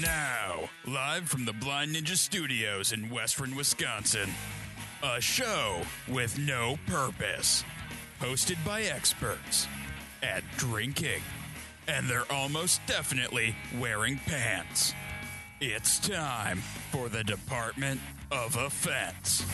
Now, live from the Blind Ninja Studios in Western Wisconsin, a show with no purpose, hosted by experts at drinking, and they're almost definitely wearing pants. It's time for the Department of Offense.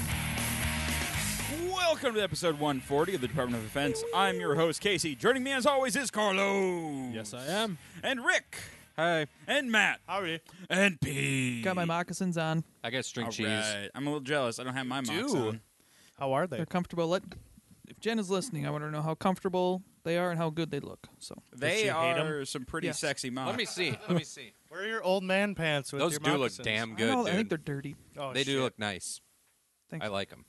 Welcome to episode 140 of the Department of Defense. I'm your host, Casey. Joining me, as always, is Carlo. Yes, I am. And Rick. Hey, And Matt. How are you? And Pete. got my moccasins on. I got string All cheese. right. I'm a little jealous. I don't have my mocks do. on. How are they? They're comfortable. Let if Jen is listening, I want her to know how comfortable they are and how good they look. So she They hate 'em? are some pretty Yes. sexy mocks. Let me see. Let me see. Where are your old man pants with Those your do look moccasins? damn I, good. don't know, I dude. think they're dirty. Oh, they shit. do look nice. Thanks. I like them.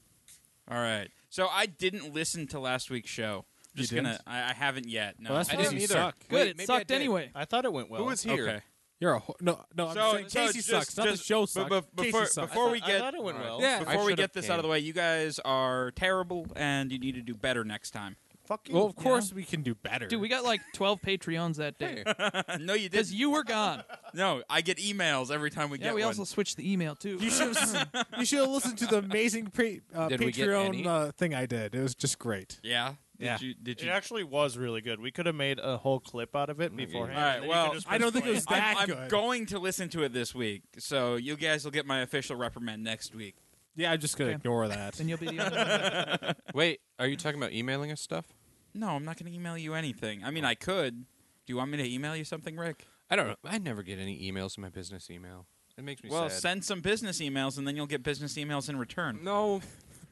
All right. So I didn't listen to last week's show. I'm just gonna. didn't? I, I haven't yet. No, Well, that's I I because didn't didn't you either. suck. Good, Wait, it maybe I sucked did. anyway. I thought it went well. Who was here? Okay. You're a ho- no, no. I'm So- just so saying Casey just- sucks. Not just- the show but- sucks. but before- Casey sucks. before we I get- thought it went well. Yeah. I Before we should've get this out of the came. way, you guys are terrible, and you need to do better next time. Fuck you. well, of course we can do better. Dude, we got like twelve Patreons that day Hey. no, you because did. you were gone. No, I get emails every time we yeah, get we one. also switched the email too. you should have you should have listened to the amazing pre, uh, Did we get Patreon any? uh, thing I did. It was just great. yeah. Did Yeah. you? Did It you? actually was really good. We could have made a whole clip out of it beforehand. All right, and then you well, could just I don't think it play was I'm- that I'm, good. going to listen to it this week, so you guys will get my official reprimand next week. yeah, I'm just gonna Okay. ignore that. Then you'll be the only one. Wait, are you talking about emailing us stuff? No, I'm not going to email you anything. I mean, Oh. I could. Do you want me to email you something, Rick? I don't know. I never get any emails in my business email. It makes me Well, sad. send some business emails, and then you'll get business emails in return. no,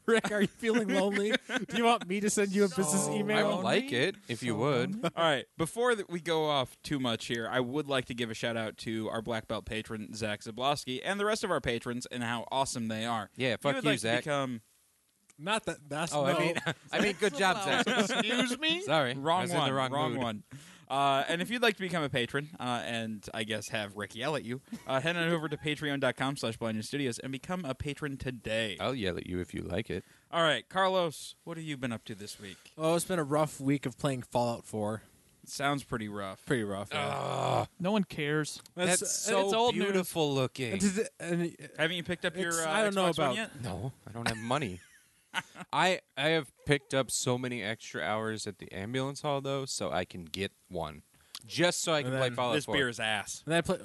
Rick, are you feeling lonely? do you want me to send you a business So I email? would like it if you would. All right. Before that we go off too much here, I would like to give a shout out to our black belt patron Zach Zablowski and the rest of our patrons and how awesome they are. Yeah, If fuck you, would you, like Zach. To become Not that. That's Oh, no. I mean, I mean, good job, Zach. Excuse me? Sorry, I wrong was in one, the wrong, mood. one. Uh, and if you'd like to become a patron uh, and I guess have Rick yell at you, uh, head on over to patreon.com slash blinded studios and become a patron today. I'll yell at you if you like it. All right, Carlos, what have you been up to this week? oh, it's been a rough week of playing Fallout 4. It sounds pretty rough. Pretty rough. Yeah. No one cares. That's, so it's old news. beautiful looking. It's- and- Haven't you picked up your It's- uh, I don't know Xbox One about- yet? No, I don't have money. I I have picked up so many extra hours at the ambulance hall though, so I can get one, just so I can And play then Fallout This 4. beer is ass. Then I played.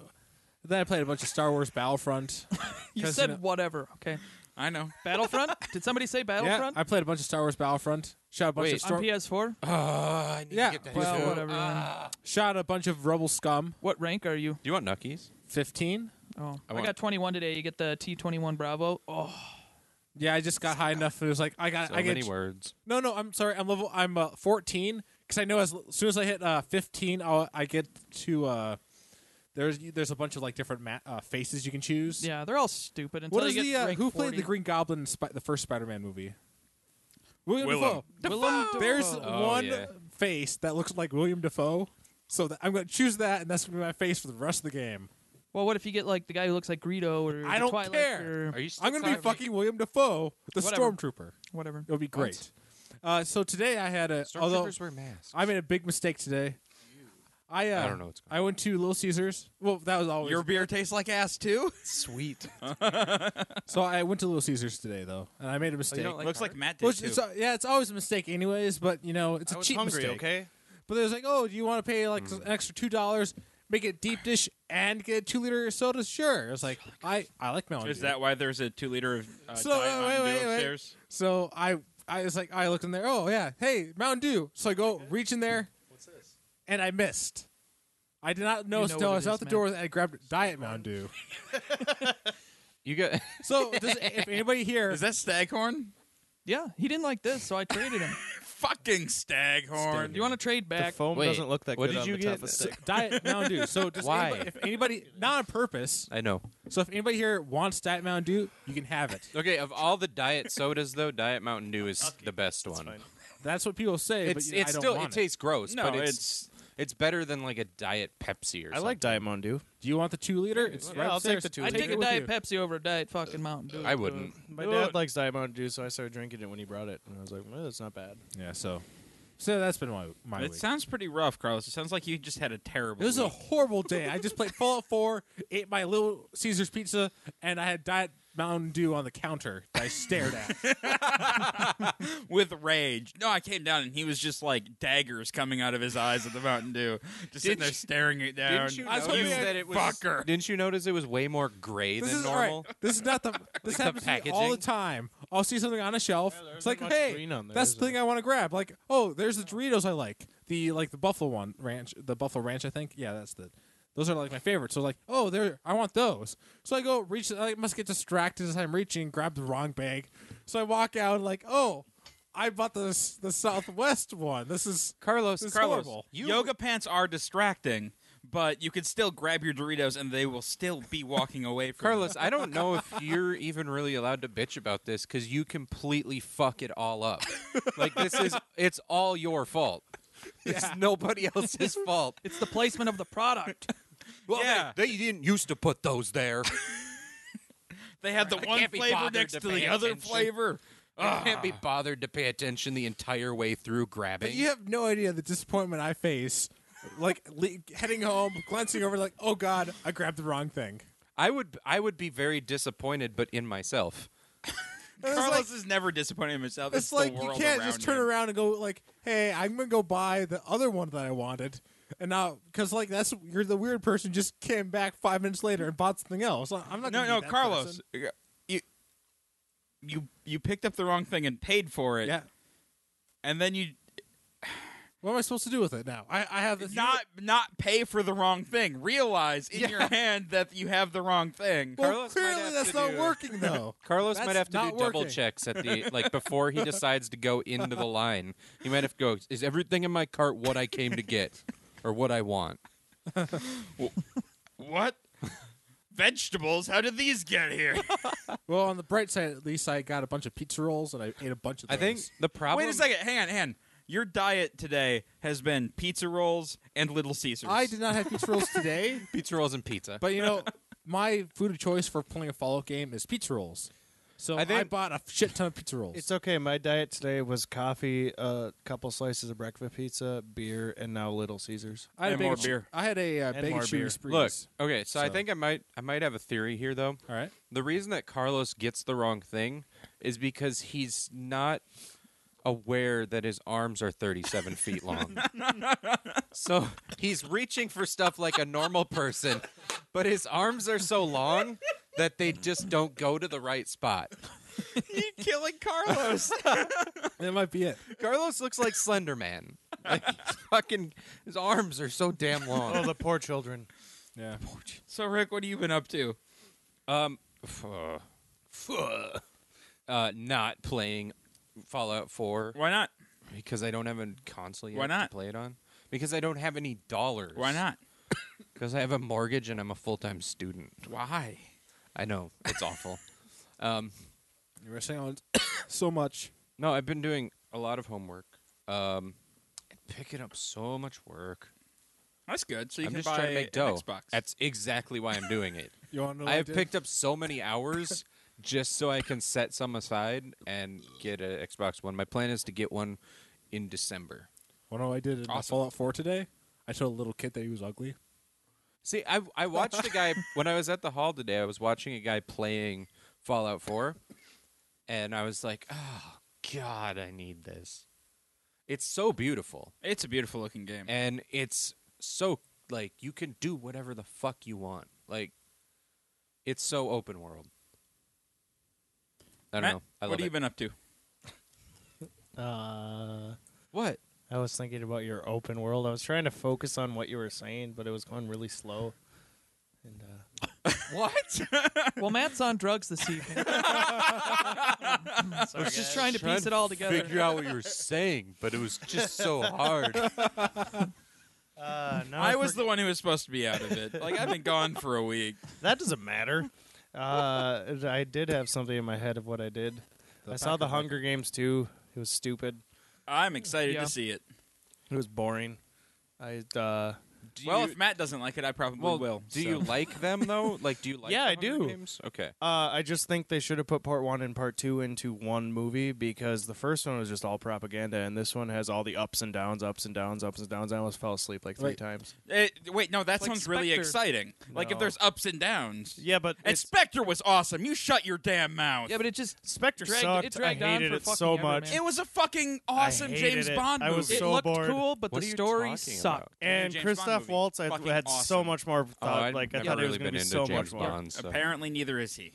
Then I played a bunch of Star Wars Battlefront. You 'Cause, said you know- whatever. Okay. I know. Battlefront? Did somebody say yeah, Battlefront? I played a bunch of Star Wars Battlefront. Shot a bunch Wait, of on Star- PS4? Ah, I need Yeah, to get that well, too. Well, whatever. then. shot a bunch of Rebel Scum. What rank are you? Do you want Nuckies? Fifteen. Oh, I I, want- got 21 today. You get the T21 Bravo. Oh, Yeah, I just got high enough. It was like I got. So I get, many words. No, no. I'm sorry. I'm level. I'm uh, fourteen because I know as soon as I hit uh, fifteen, I'll, I get to. Uh, there's there's a bunch of like different ma- uh, faces you can choose. yeah, they're all stupid. Until What is you get the uh, rank who played 40. the Green Goblin in Spi- the first Spider-Man movie? William Willem. Dafoe. Willem Dafoe. There's Oh, one yeah. face that looks like William Dafoe, so that I'm going to choose that, and that's going to be my face for the rest of the game. Well, what if you get like the guy who looks like Greedo or I the don't Twilight care. or Are you? Still I'm going to be talking- fucking William Dafoe, the Whatever. stormtrooper. whatever? It'll be great. Uh, so today I had a although Stormtroopers wear masks. I made a big mistake today. I uh, I don't know what's going I went to Little Caesars. Well, that was always Your beer tastes like ass too. Sweet. so. I went to Little Caesars today though, and I made a mistake. don't like Looks like Carter? Matt did Well, it's, too. it's, uh, yeah, it's always a mistake, anyways. But you know, it's a I was cheap hungry, mistake. okay? But there's like, oh, do you want to pay like an extra two dollars, make it deep dish, and get a two liter soda? Sure. It's like I I like Mountain Is Dew. that why there's a two liter of uh, oh, So, Diet uh, Mountain wait, Dew wait, wait. upstairs? So I I was like I looked in there. Oh yeah, hey Mountain Dew. So I go reach in there. What's this? And I missed. I did not notice know until what I it was out is, the man. door and I grabbed Diet Mountain Dew. You got So does, if anybody here, Is that Staghorn? Yeah, he didn't like this, so I traded him. Fucking Do Staghorn. you want to trade The back? foam Wait, doesn't look that what good did on you the get? top of the stick. Diet Mountain Dew. So does Why? Anybody, if anybody not on purpose, I know. so if anybody here wants Diet Mountain Dew, you can have it. Okay, of all the diet sodas though, Diet Mountain Dew is the best one. fine. That's what people say. It's but you know, it's I don't still it want tastes gross, No, but it's, it's It's better than like a diet Pepsi or I something. like Diet Mountain Dew. Do you want the two liter? It's Yeah, right I'll take upstairs. the two I'd liter. take a it with Diet you. Pepsi over a Diet fucking Mountain Dew. I wouldn't. My Do dad it. likes Diet Mountain Dew, so I started drinking it when he brought it, and I was like, well, "That's not bad." Yeah. So So that's been my my It week. sounds pretty rough, Carlos. It sounds like you just had a terrible. It was a week. horrible day. I just played Fallout 4, ate my little Caesar's pizza, and I had Diet Mountain Dew on the counter that I stared at. with rage. No, I came down and he was just like daggers coming out of his eyes at the Mountain Dew, just sitting there staring it down. didn't you I was notice hoping I- that it was? fucker. Didn't you notice it was way more gray This than is all right. normal? This is not the. This the happens to me all the packaging. time. I'll see something on a shelf. there it's isn't like, much hey, green on there, that's is the thing there? I want to grab. Like, oh, there's the Doritos I like. The like the Buffalo one ranch, the Buffalo Ranch, I think. Yeah, that's the. Those are like my favorites. So like, oh, there, I want those. So I go reach. I must get distracted as I'm reaching, grab the wrong bag. So I walk out like, oh, I bought this the Southwest one. This is Carlos, This is Carlos, horrible. you Yoga pants are distracting, but you can still grab your Doritos and they will still be walking away from Carlos, I don't know if you're even really allowed to bitch about this because you completely fuck it all up. like this is it's all your fault. It's nobody else's fault. It's the placement of the product. Well, they- Yeah. they, didn't used to put those there. you. They had the one can't be flavor bothered next to, to the pay other attention. flavor. I can't be bothered to pay attention the entire way through grabbing. You have no idea the disappointment I face, like le- heading home, glancing over, like, oh god, I grabbed the wrong thing. I would I would be very disappointed, but in myself. And it's Carlos like, is never disappointed in himself. it's the like you world can't just turn him. around and go like, hey, I'm gonna go buy the other one that I wanted, and now because like that's you're the weird person who just came back five minutes later and bought something else. I'm not. No, gonna be no, that Carlos, person. you, you you picked up the wrong thing and paid for it, Yeah. and then you What am I supposed to do with it now? I, I have this not not pay for the wrong thing. Realize in Yeah. your hand that you have the wrong thing. Well, Carlos might clearly have that's to not do- working though. Carlos That's might have to do not double working. checks at the like before he decides to go into the line. He might have to go, is everything in my cart what I came to get or what I want? what? Vegetables? How did these get here? Well, on the bright side, at least I got a bunch of pizza rolls and I ate a bunch of. I Those. think the problem Wait a second. Hang on, hang on. Your diet today has been pizza rolls and Little Caesars. I did not have pizza rolls today, pizza rolls and pizza. but you know, my food of choice for playing a Fallout game is pizza rolls. So I, I think- bought a shit ton of pizza rolls. It's okay. My diet today was coffee, a couple slices of breakfast pizza, beer, and now Little Caesars. I had And a bacon more ch- beer. I had a uh, And bacon more beer. cheese breeze. Look, okay, so, I So- think I might I might have a theory here though. all right. The reason that Carlos gets the wrong thing is because he's not aware that his arms are 37 feet long. so he's reaching for stuff like a normal person, but his arms are so long that they just don't go to the right spot. you killing Carlos. That might be it. Carlos looks like Slender Man. Like, fucking, his arms are so damn Oh, long. the poor children. Yeah. so Rick, what have you been up to? Um, fuh. Fuh. uh, not playing Fallout 4 Why not? Because I don't have a console yet Why not? to play it on. Because I don't have any dollars. Why not? Because I have a mortgage and I'm a full time student. Why? I know it's awful. Um, You were saying on so much. no, I've been doing a lot of homework. Um, picking up so much work. That's good. So you I'm can just buy trying to an make dough. Xbox. That's exactly why I'm doing it. You want to I know? what have did? picked up so many hours just so I can set some aside and get an Xbox One. My plan is to get one in December. Wanna know What I did in my Awesome. Fallout 4 today? I told a little kid that he was ugly. See, I I watched a guy when I was at the hall today. I was watching a guy playing Fallout Four, and I was like, "Oh God, I need this." It's so beautiful, it's a beautiful looking game. and it's so like you can do whatever the fuck you want. Like, it's so open world. I don't Matt, know. I what love have you it. been up to? Uh, What? I was thinking about your open world. I was trying to focus on what you were saying, but it was going really slow. And uh, What? Well, Matt's on drugs this evening. sorry, He's guys. just trying to piece it all together. Figure out what you were saying, but it was just so hard. Uh, no, I was the one who was supposed to be out of it. Like I've been gone for a week. That doesn't matter. Uh, I did have something in my head of what I did. I saw the Hunger Games too. It was stupid. I'm excited Yeah. to see it. It was boring. I uh, do well, you, if Matt doesn't like it, I probably well, will. do so. you like them though? Like, do you like? Yeah, the I Hunger do. Games? Okay. Uh, I just think they should have put part one and part two into one movie because the first one was just all propaganda, and this one has all the ups and downs, ups and downs, ups and downs. I almost fell asleep like three Wait. times. Eh, wait, no, that like sounds really Spectre. exciting. Like if No. there's ups and downs. Yeah, but And Spectre was awesome. You shut your damn mouth. Yeah, but it just Spectre dragged- sucked. it dragged I on hated for it fucking so ever, much. man. it was a fucking awesome hated James it. Bond I movie. was it so looked bored. cool, but What the are you story talking sucked. about? And James Christoph Bond movie. Waltz, I Fucking had so awesome. much more thought. Oh, I've like I never thought it really was going been to be into so James much more. Bond. so- Apparently, neither is he.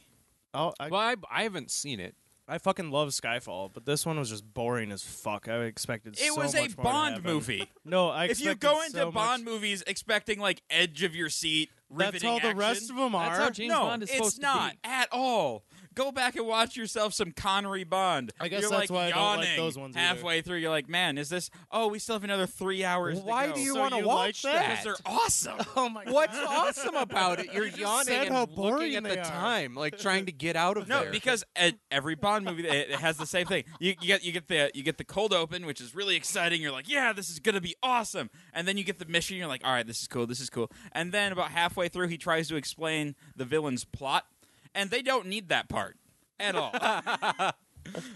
Oh, I, Well, I, I haven't seen it. I fucking love Skyfall, but this one was just boring as fuck. I expected It so was a much more to Bond happen. movie. No, I if you expected go into so much- Bond movies expecting like edge of your seat, that's riveting all the action, rest of them are. That's how James no, Bond is supposed it's not to be. at all. Go back and watch yourself some Connery Bond. I guess you're that's like why I don't like yawning those ones either. halfway through. You're like, man, is this? Oh, we still have another three hours. Why to go. do you So want to you watch like that? Because they're awesome. oh my What's awesome about it? You're yawning said and how boring looking at they the are. time, like trying to get out of No, there. because at every Bond movie it, it has the same thing. You, you get you get the you get the cold open, which is really exciting. You're like, yeah, this is gonna be awesome. And then you get the mission. You're like, all right, this is cool, this is cool. And then about halfway through, he tries to explain the villain's plot, and they don't need that part at all.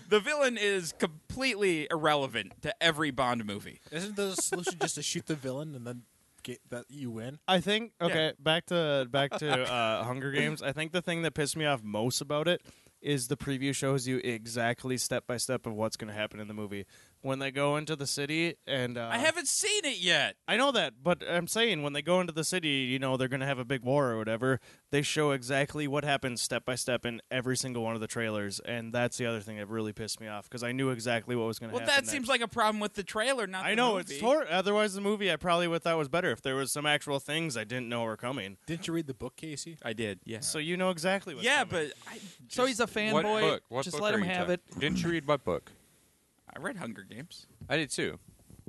the villain is completely irrelevant to every Bond movie. Isn't the solution just to shoot the villain and then get that you win? I think okay. Back to back to uh, Hunger Games. I think the thing that pissed me off most about it is the preview shows you exactly step by step of what's going to happen in the movie when they go into the city and uh, I haven't seen it yet. I know that, but I'm saying when they go into the city, you know they're going to have a big war or whatever. They show exactly what happens step by step in every single one of the trailers, and that's the other thing that really pissed me off because I knew exactly what was going to Well, happen. that seems like a problem with the trailer. Not I the know movie. it's tor- otherwise the movie I probably would thought was better if there was some actual things I didn't know were coming. Didn't you read the book, Casey? I did. Yeah. So you know exactly what's yeah, coming. but I, So he's a what fanboy. book? What just book let are him you have talking- it. Didn't you read what book? I read Hunger Games. I did too.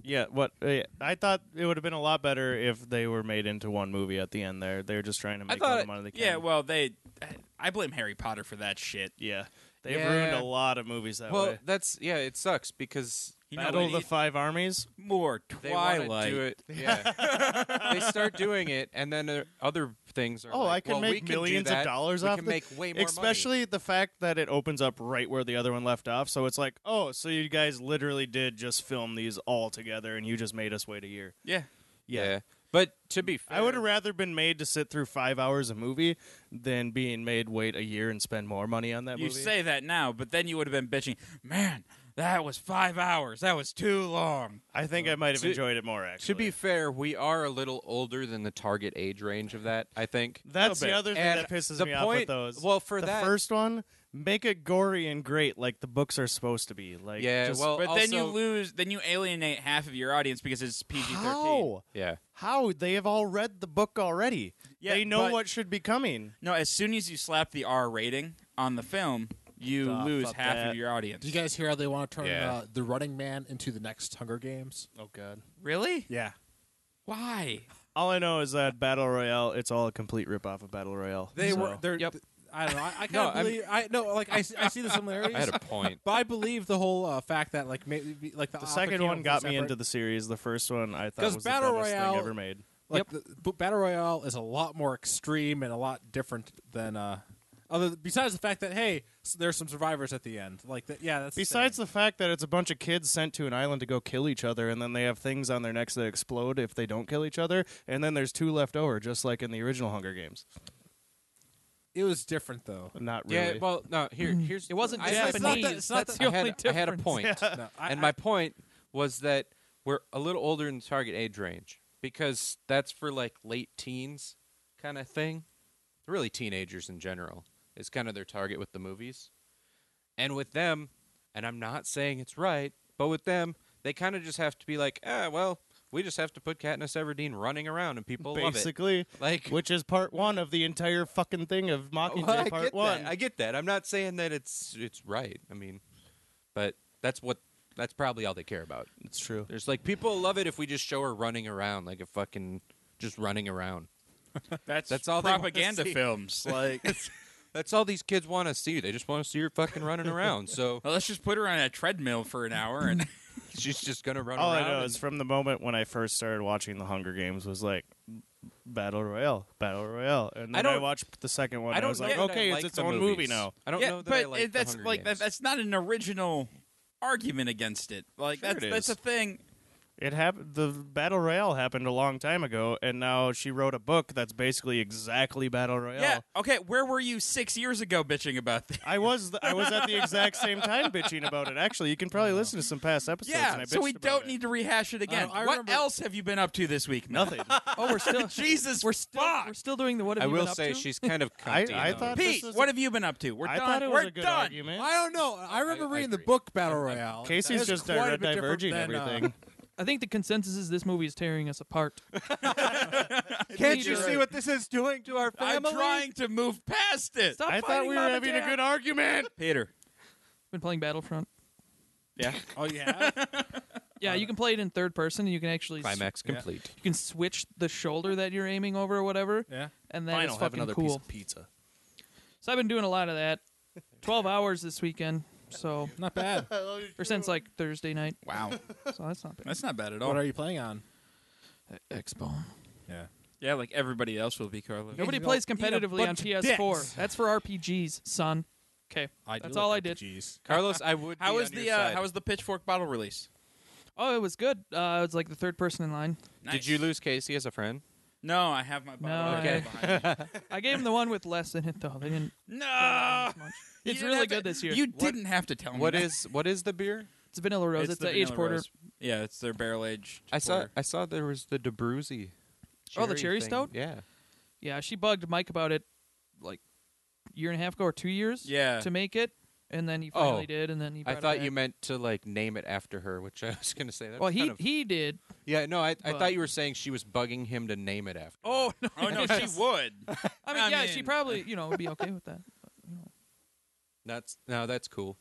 Yeah, what uh, I thought it would have been a lot better if they were made into one movie at the end. There, they're just trying to make all thought- the money they can. Yeah, well, they. I blame Harry Potter for that shit. yeah, they've Yeah. ruined a lot of movies that well, way. that's yeah. It sucks because You know, Battle of it- the Five Armies. more they wanna Twilight. do it. Yeah, they start doing it, and then there- other things are. Oh, I like, can well, we make can do millions that. of dollars we off. Can the- make way more especially the fact that it opens up right where the other one left off. So it's like, oh, so you guys literally did just film these all together, and you just made us wait a year. Yeah, money. Yeah, but to be fair, I would have rather been made to sit through five hours a movie than being made wait a year and spend more money on that you movie. say that now, but then you would have been bitching. Man, that was five hours. That was too long. I think I might have To- enjoyed it more actually. To be fair, we are a little older than the target age range of that. I think. That's the bit. other thing And that pisses the me off with point- those. well, for the that- first one, make it gory and great like the books are supposed to be. Like Yeah, just- well, But then you also- lose. Then you alienate half of your audience because it's PG thirteen. how? Yeah. How they have all read the book already. Yeah, they know but- what should be coming. No, as soon as you slap the R rating on the film, you Stop, lose fuck half that. of your audience. Did you guys hear how they want to turn Yeah. uh, the Running Man into the next Hunger Games? Oh god. really? Yeah, Why? All I know is that Battle Royale, it's all a complete ripoff of Battle Royale. they So- were. They're, Yep. I don't know. I, I No, kind of I'm- believe. I no, like I, see- I see the similarities. I had a point. But I believe the whole uh, fact that like maybe like the, the second Aqua one Teen got was me separate- into the series. The first one I thought 'Cause was Battle the dumbest Royale- thing ever made. like the, but battle royale is a lot more extreme and a lot different than uh other besides the fact that hey s there's some survivors at the end like that yeah that's Besides the, the fact that it's a bunch of kids sent to an island to go kill each other, and then they have things on their necks that explode if they don't kill each other, and then there's two left over, just like in the original Hunger Games. thing. it was different though Not Yeah. really. Well, no. Here, here's. Mm-hmm. It wasn't I- Yeah, Japanese. it's not that- it's not That's the that- I, only had, I had a difference. point, no, I, and I- my point was that we're a little older than the target age range because that's for like late teens kind of thing. Really, teenagers in general is kind of their target with the movies, and with them, and I'm not saying it's right, but with them, they kind of just have to be like, ah, well, we just have to put Katniss Everdeen running around, and people love it. basically, Like, which is part one of the entire fucking thing of Mockingjay Well, I Part get One. That. I get that. I'm not saying that it's it's right. I mean, but that's what that's probably all they care about. it's true. There's like people love it if we just show her running around like a fucking just running around. That's That's all they wanna propaganda see. films. Like, That's all these kids want to see. They just want to see her fucking running around. So well, let's just put her on a treadmill for an hour and she's just gonna run All I around. know and- is from the moment when I first started watching The Hunger Games was like, battle royale, battle royale, and then I I, don't- watched the second one. I I, don't was know like, that I okay, it's like its the own movie movies. now. I don't yeah, know that but I like it- that's the Hunger like that, Games. that's not an original argument against it. Like Sure that's it that's a is. thing. It happened. The battle royale happened a long time ago, and now she wrote a book that's basically exactly battle royale. Yeah. Okay. Where were you six years ago bitching about that? I was th- I was at the exact same time bitching about it. Actually, you can probably listen to some past episodes. and Yeah. I So we bitched about don't it. need to rehash it again. I what remember- else have you been up to this week? Matt? nothing. Oh, we're still Jesus, We're still fuck. we're still doing the what have I you will been up say to? she's kind of I- cunty I in the thought- movie. Pete, This is- what have you been up to? We're I done. thought it was we're a good done. argument. I don't know. I remember I reading the agree. book Battle Royale. Casey's That's just quite di- a bit different diverging than, uh, everything. I think the consensus is this movie is tearing us apart. Can't Peter, you see what this is doing to our I'm family? trying to move past it. Stop I thought fighting, we were Mom and having a Dad. good argument. Peter. Been playing Battlefront. Yeah. oh yeah. Yeah, you can play it in third person. and You can actually s- Climax complete. You can switch the shoulder that you're aiming over or whatever, Yeah. and Fine, that is I'll have fucking another piece cool. of pizza. So I've been doing a lot of that. Twelve hours this weekend. So Not bad. or since like Thursday night. Wow. So that's not bad. That's not bad at all. what are you playing on? Expo. Yeah. yeah, like everybody else will be, Carlo. Nobody Eat a- plays eat a competitively bunch on of PS4. dicks. That's for RPGs, son. Okay, that's all I did. Jeez. Carlos, I would. How be was on your the uh, side. how was the pitchfork bottle release? Oh, it was good. Uh, I was like the third person in line. Did you lose Casey as a friend? No, Oh, I have my No, bottle. right I- behind me. I gave him the one with less in it though. They didn't. no. much. You It's didn't really have to- good this year. You didn't have to Oh, tell me. What that. is what is the beer? It's vanilla rose. It's, the the aged vanilla porter. rose. Yeah, it's their barrel aged. I saw I saw there was the Debruzzi. Oh, the cherry thing. stout? Yeah. Yeah, she bugged Mike about it like a year and a half ago or two years. Yeah. To make it, and then he finally Oh. did, and then he. I brought it thought you back. meant to like name it after her, which I was going to say. That's Well, he kind of- he did. yeah, no, I, I but- thought you were saying she was bugging him to name it after. her. Oh no! Oh no! She would. I mean, I yeah, she mean- probably you know would be okay with that. that's no, that's cool.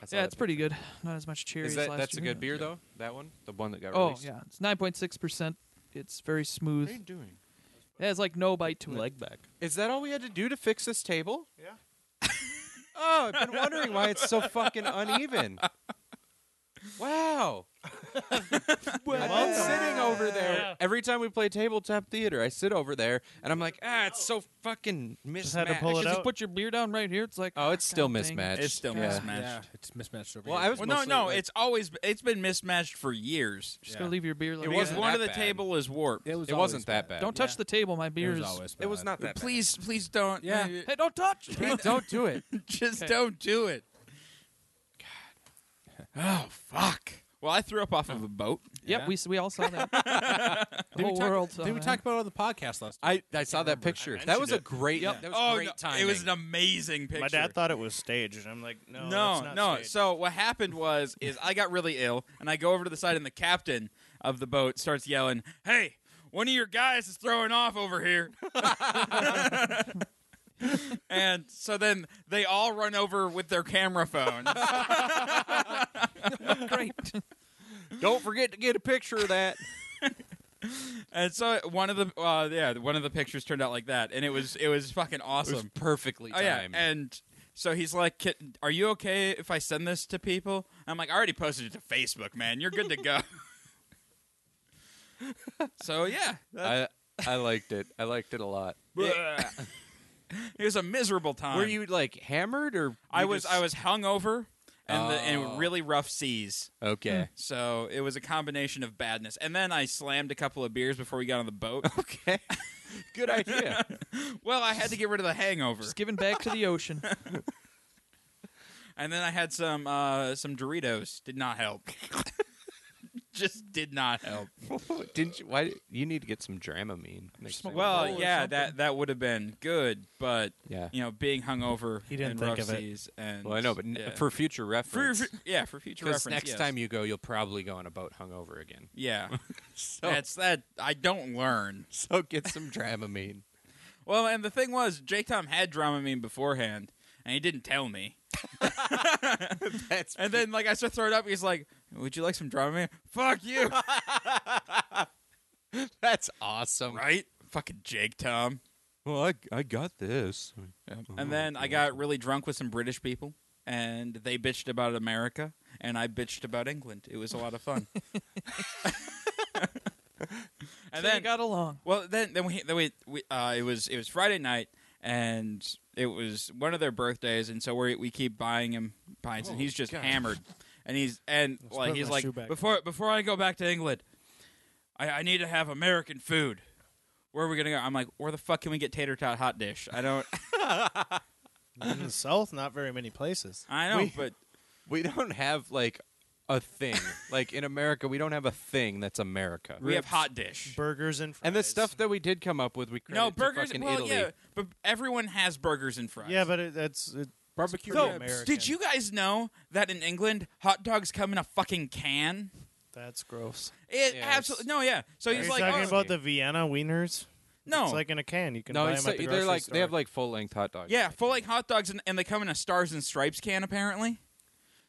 That's yeah, all it's that- pretty good. Not as much cherry. Is as that last that's a year. good beer though? That one, the one that got Oh released. yeah, it's nine point six percent. It's very smooth. What are you doing? It has like no bite to it. Leg back. Is that all we had to do to fix this table? Yeah. oh, I've been wondering why it's so fucking uneven. Wow. I've been sitting over there. Every time we play tabletop theater, I sit over there and I'm like, ah, it's so fucking mismatched. had to pull it Actually, just out. put your beer down right here. It's like "Ah, Oh, it's still God dang it. mismatched. It's still Yeah. Yeah, mismatched. it's mismatched over Well, here. I was Well, no, mostly, no. like- It's always it's been mismatched for years. Just Yeah. gonna leave your beer. Like It that. Because wasn't one that of the bad. table is warped. It, was it wasn't always that bad. Don't touch the table. My It beer was is. always It was bad. not that bad. Please, please don't. Yeah. no, you- Hey, don't touch. don't do it. Just Okay. don't do it. God. Oh fuck. Well, I threw up off of a boat. Yep, Yeah. we we all saw that. the Did whole we talk, world. uh, saw Did we that. talk about it on the podcast last? I, I saw that picture. I That was a mentioned great. That was oh, great no, timing. it was an amazing picture. My dad thought it was staged, and I'm like, no, that's no, not no. staged. So what happened was, is I got really ill, and I go over to the side, and the captain of the boat starts yelling, "Hey, one of your guys is throwing off over here!" and so then they all run over with their camera phones. Great. Don't forget to get a picture of that. and so one of the uh, yeah, one of the pictures turned out like that, and it was it was fucking It was awesome. perfectly Oh yeah, timed. and so he's like, "Ki- "Are you okay if I send this to people?" I'm like, "I already posted it to Facebook, man. You're good to go." so yeah, that- I I liked it. I liked it a lot. it, it was a miserable time. Were you like hammered or? I you was. just- I was hungover and the, Oh. and really rough seas. Okay. So it was a combination of badness, and then I slammed a couple of beers before we got on the boat. Okay. Good idea. well, I had to get rid of the hangover, Just giving back to the ocean. and then I had some uh, some Doritos. Did not help. Just did not help. Didn't you? Why you need to get some Dramamine? next time. Well, bowl or yeah, something. that that would have been good, but Yeah. you know, being hungover He didn't and think rough of it. seas and Well, I know, but n yeah. for future for, reference, for- yeah, for future because reference. next yes. time you go, you'll probably go on a boat hungover again. yeah, that's that. I don't learn. So get some Dramamine. Well, and the thing was, J. Tom had Dramamine beforehand, and he didn't tell me. That's And then, like, I start throwing up. He's like, "Would you like some Dramamine?" Fuck you, that's awesome. right? Fucking Jake Tom. Well, I I got this. Oh, And then I got really drunk with some British people, and they bitched about America, and I bitched about England. It was a lot of fun. And So they then got along. Well, then then we then we, we uh, it was it was Friday night, and it was one of their birthdays, and so we we keep buying him pints, and he's just hammered, and he's and like put he's my like shoe back. before before I go back to England, I, I need to have American food. Where are we gonna go? I'm like, where the fuck can we get tater tot hot dish? I don't, In the south, not very many places. I know, We- but We don't have like a thing. like in America, we don't have a thing that's America. we have hot dish. Burgers and fries. and the stuff that we did come up with, we credit No to burgers. fucking Well, Italy. yeah, but everyone has burgers and fries. Yeah, but it, that's it, Barbecue So- ribs. American. Did you guys know that in England hot dogs come in a fucking can? that's gross. It Yeah, absolutely no, yeah. So Are he's you like, talking oh, about the Vienna wieners. no, it's like in a can. You can No, buy it's them at the they're grocery like store. they have like full length hot dogs. yeah, full like hot dogs, and, and they come in a stars and stripes can apparently.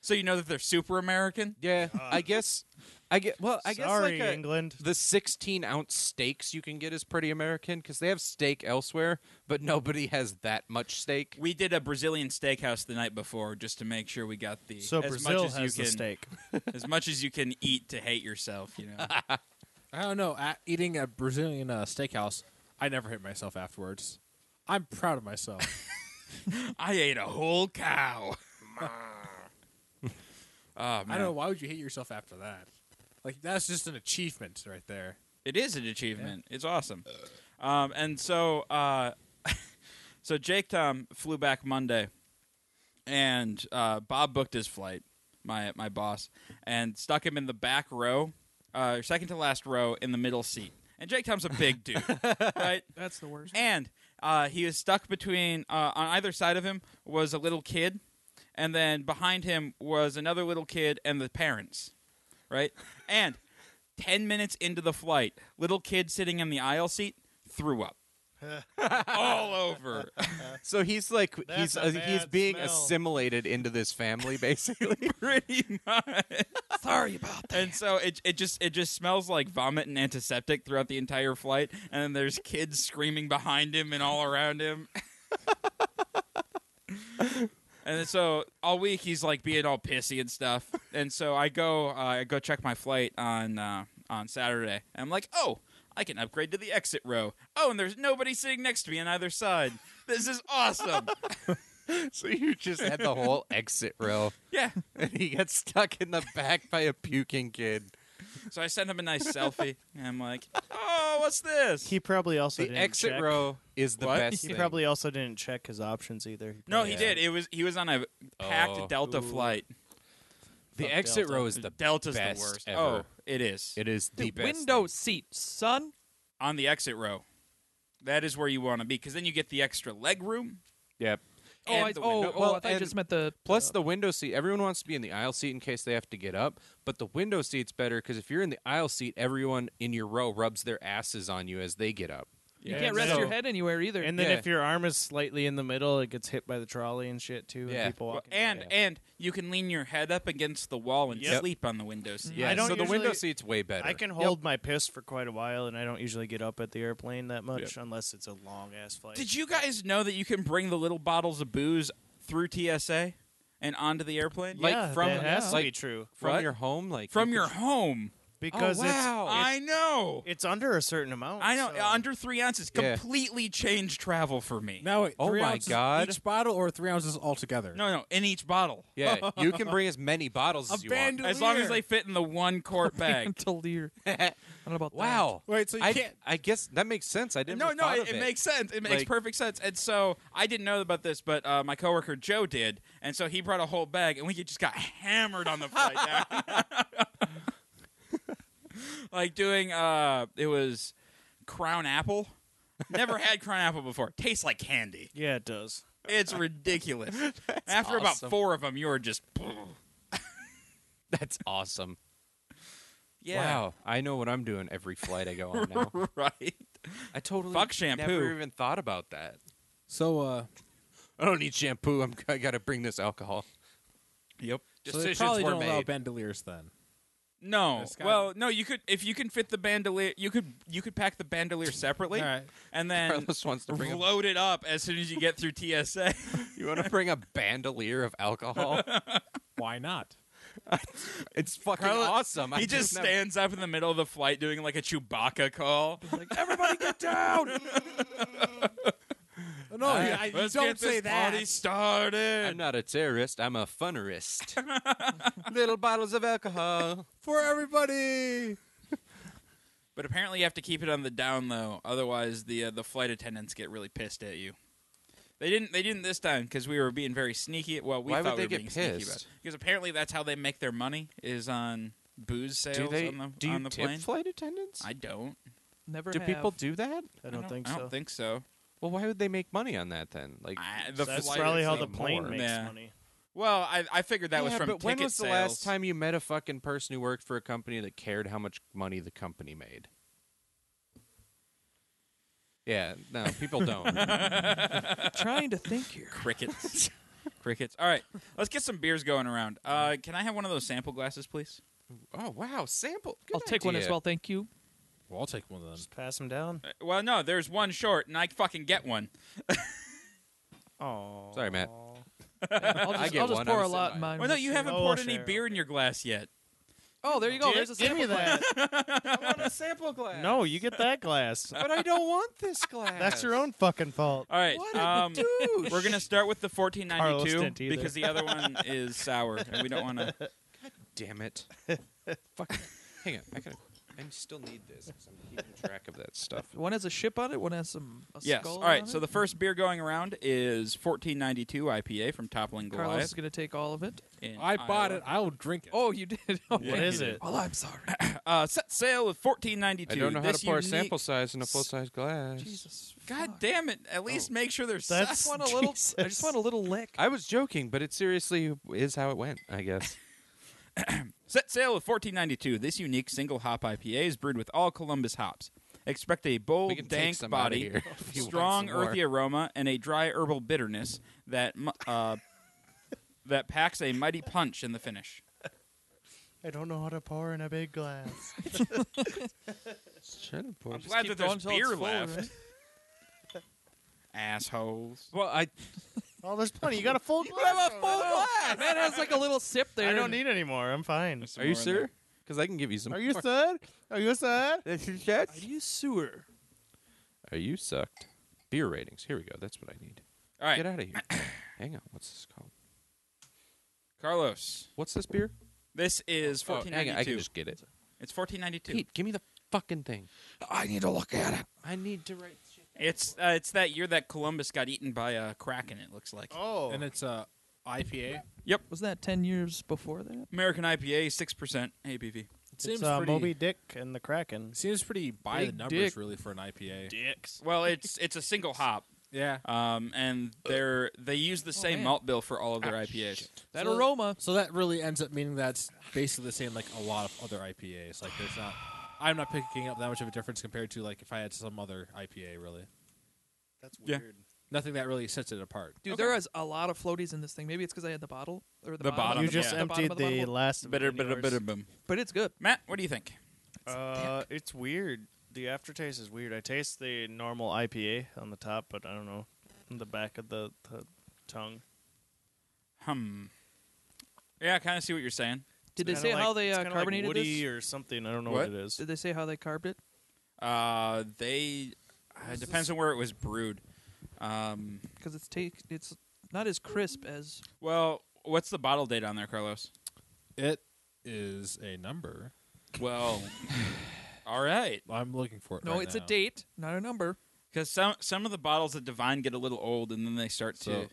So you know that they're super American. Yeah, I guess. I get well. I guess Sorry, like uh, a, England. the 16 ounce steaks you can get is pretty American because they have steak elsewhere, but nobody has that much steak. We did a Brazilian steakhouse the night before just to make sure we got the So as Brazil much as has you the can steak. as much as you can eat to hate yourself. You know, I don't know. At eating at Brazilian uh, steakhouse, I never hit myself afterwards. I'm proud of myself. I ate a whole cow. oh man, I don't know. Why would you hate yourself after that? Like that's just an achievement right there. It is an achievement. It's awesome. Um, and so, uh, so Jake Tom flew back Monday, and uh, Bob booked his flight, my my boss, and stuck him in the back row, uh, second to last row, in the middle seat. And Jake Tom's a big dude, right? That's the worst. And uh, he was stuck between uh, on either side of him was a little kid, and then behind him was another little kid and the parents, right? and ten minutes into the flight, little kid sitting in the aisle seat threw up all over. So he's like That's he's a uh, he's bad being smell. assimilated into this family basically. Pretty much. Sorry about that. And so it it just it just smells like vomit and antiseptic throughout the entire flight, and then there's kids screaming behind him and all around him. and so all week he's like being all pissy and stuff. And so I go uh, I go check my flight on uh, on Saturday. And I'm like, oh, I can upgrade to the exit row. Oh, and there's nobody sitting next to me on either side. This is awesome. so you just had the whole exit row, yeah. and he gets stuck in the back by a puking kid. So I send him a nice selfie, and I'm like, oh, what's this? He probably also The didn't exit check. row is the What? best. He thing. probably also didn't check his options either. No, he Yeah. did. It was he was on a packed Oh. Delta flight. the Fuck exit Delta. row is the Delta's best the worst. ever. Oh, it is. It is the, The best. window thing. seat, son. on the exit row. That is where you want to be because then you get the extra leg room. Yep. Oh, and I, the oh, window. oh, Well, I thought you and just meant the. Plus the window seat. Everyone wants to be in the aisle seat in case they have to get up, but the window seat's better because if you're in the aisle seat, everyone in your row rubs their asses on you as they get up. you can't rest your head anywhere either. And then Yeah. if your arm is slightly in the middle, it gets hit by the trolley and shit too. Yeah. And people Well, walking. and yeah. and you can lean your head up against the wall and Yep. sleep on the window seat. Yeah, I don't so the usually- window seat's way better. I can hold my piss for quite a while, and I don't usually get up at the airplane that much unless it's a long ass flight. Did you guys know that you can bring the little bottles of booze through TSA and onto the airplane Like yeah, from- that has to like- be true from What? your home, like from you your could- home? Oh, because wow. it's, I know. it's it's under a certain amount. I know. so- Under three ounces, Yeah. completely changed travel for me. Now wait, Oh three my ounces God. each bottle or three ounces altogether? No, no, in each bottle. yeah, you can bring as many bottles as you want. Abandon- As long as Clear. they fit in the one quart bag. Bandolier. I don't know about Wow. Wait, so you I, can't- I guess that makes sense. I didn't. No, have no, thought of it, it makes sense. It makes Like- perfect sense. And so I didn't know about this, but uh, my coworker Joe did, and so he brought a whole bag, and we just got hammered on the flight down. like doing, uh, it was Crown Apple. Never had Crown Apple before. Tastes like candy. Yeah, it does. It's ridiculous. After awesome. about four of them, you were just That's awesome. yeah, Wow, I know what I'm doing every flight I go on now. right. I totally Fuck shampoo. Never even thought about that. So uh, I don't need shampoo. I'm, I got to bring this alcohol. Yep. so they Decisions probably were don't allow made. bandoliers then. No. It's gotta- Well, no. You could if you can fit the bandolier. You could you could pack the bandolier separately, All right. and then Carlos wants to bring. A, load it up as soon as you get through TSA. you want to bring a bandolier of alcohol? Why not? It's fucking Carla- awesome. I He just never- stands up in the middle of the flight doing like a Chewbacca call. like, everybody get down. No, yeah, I, you Let's don't get this say that. party started. I'm not a terrorist. I'm a funnerist. Little bottles of alcohol. for everybody. But apparently, you have to keep it on the down low, otherwise the uh, the flight attendants get really pissed at you. They didn't. They didn't this time because we were being very sneaky. Well, we Why would thought they we were get being sneaky about pissed? it. because apparently that's how they make their money is on booze sales Do they? on the do you on the tip plane. flight attendants? I don't. Never do have. people do that? I don't think I so. don't think so. Well, why would they make money on that then? Like, I, the That's flight probably how the attendants make plane more. makes Yeah. money. Well, I, I figured that was Yeah, from but when ticket was the sales. last time you met a fucking person who worked for a company that cared how much money the company made? Yeah, no, people don't. trying to think here. Crickets. Crickets. All right, let's get some beers going around. Uh, can I have one of those sample glasses, please? oh wow, sample. Good I'll take one as idea. well, thank you. Well, I'll take one of them. Just pass them down. Uh, Well, no, there's one short, and I fucking get one. Oh, Sorry, Matt. I'll just, I get will just one, pour I'll a sit lot by in it. mine. Well, no, you haven't Oh, poured sure, any beer in your glass yet. Oh, there you go. There's a Give me sample that. a sample glass. no, you get that glass. but I don't want this glass. That's your own fucking fault. All right, What um, a douche. we're gonna start with the Carlos didn't 1492 either. because the other one is sour, and we don't want to. Damn it. Fuck. Hang on. I gotta. I still need this. 'cause I'm keeping track of that stuff. One has a ship on it. One has some. A Yes. Skull All right. on So it. the first beer going around is 1492 IPA from Toppling Carlos is Goliath. going to take all of it. in I bought Iowa. it. I will drink it. Oh, you did. Oh, What is it? Well, I'm sorry. Uh, set sail with 1492. I don't know how This to pour unique- a sample size in a full size glass. Jesus. God fuck. damn it! At least Oh. make sure there's. I That's- size. just want a little. I Jesus. just want a little lick. I was joking, but it seriously is how it went. I guess. Set sail with 1492. This unique single hop IPA is brewed with all Columbus hops. Expect a We bold, can take dank some outta body, here if you want strong, some more. earthy aroma, and a dry herbal bitterness that mu- uh, that packs a mighty punch in the finish. I don't know how to pour in a big glass. Trying to pour I'm just- glad keep that there's going till it's beer full, left. right? Assholes. well, I oh, there's plenty. You got a full glass. Ah, that has like a little sip there. I don't need any more. I'm fine. Some are you more in there. sure? Because I can give you some. Are you sad? Are you sad? Are you sewer? Are you sucked? Beer ratings. Here we go. That's what I need. All right, Get out of here. Hang on. What's this called? Carlos. What's this beer? This is Oh, hang on. I 1492. can just get it. It's 1492. Pete, give me the fucking thing. I need to look at it. I need to write. It's uh, it's that year that Columbus got eaten by a kraken. It looks like. Oh, And it's a IPA. Was that ten years before that? American IPA, six percent ABV. It it's seems uh, pretty. Moby Dick and the Kraken. Seems pretty by the Big numbers, dick. really, for an IPA. Dicks. Well, it's it's a single hop, Yeah. um, and they're they use the same man. malt bill for all of their IPAs. That So- aroma. So that really ends up meaning that's basically the same like a lot of other IPAs. Like there's not I'm not picking up that much of a difference compared to like if I had some other IPA really. That's Yeah. weird. Nothing that really sets it apart. Dude, there is a lot of floaties in this thing. Maybe it's because I had the bottle or the, The bottom. bottom, of You the just yeah. bottle- emptied bottom of the, the, bottle. last. Bitter, one in bitter, yours. bitter, boom. but it's good. Matt, what do you think? Uh, it's weird. The aftertaste is weird. I taste the normal IPA on the top, but I don't know in the back of the, the tongue. Hmm. Yeah, I kind of see what you're saying. Did they Kinda say like- how they it's uh, kinda carbonated like this? woody or something? I don't know What? what, it is. Did they say how they carved it? Uh, they uh, it depends on where it was brewed. Um, Because it's take it's not as crisp as well, what's the bottle date on there, Carlos? It is a number. Well, all right. I'm looking for it. no, right it's now. a date, not a number. Because some some of the bottles at Divine get a little old, and then they start to. So,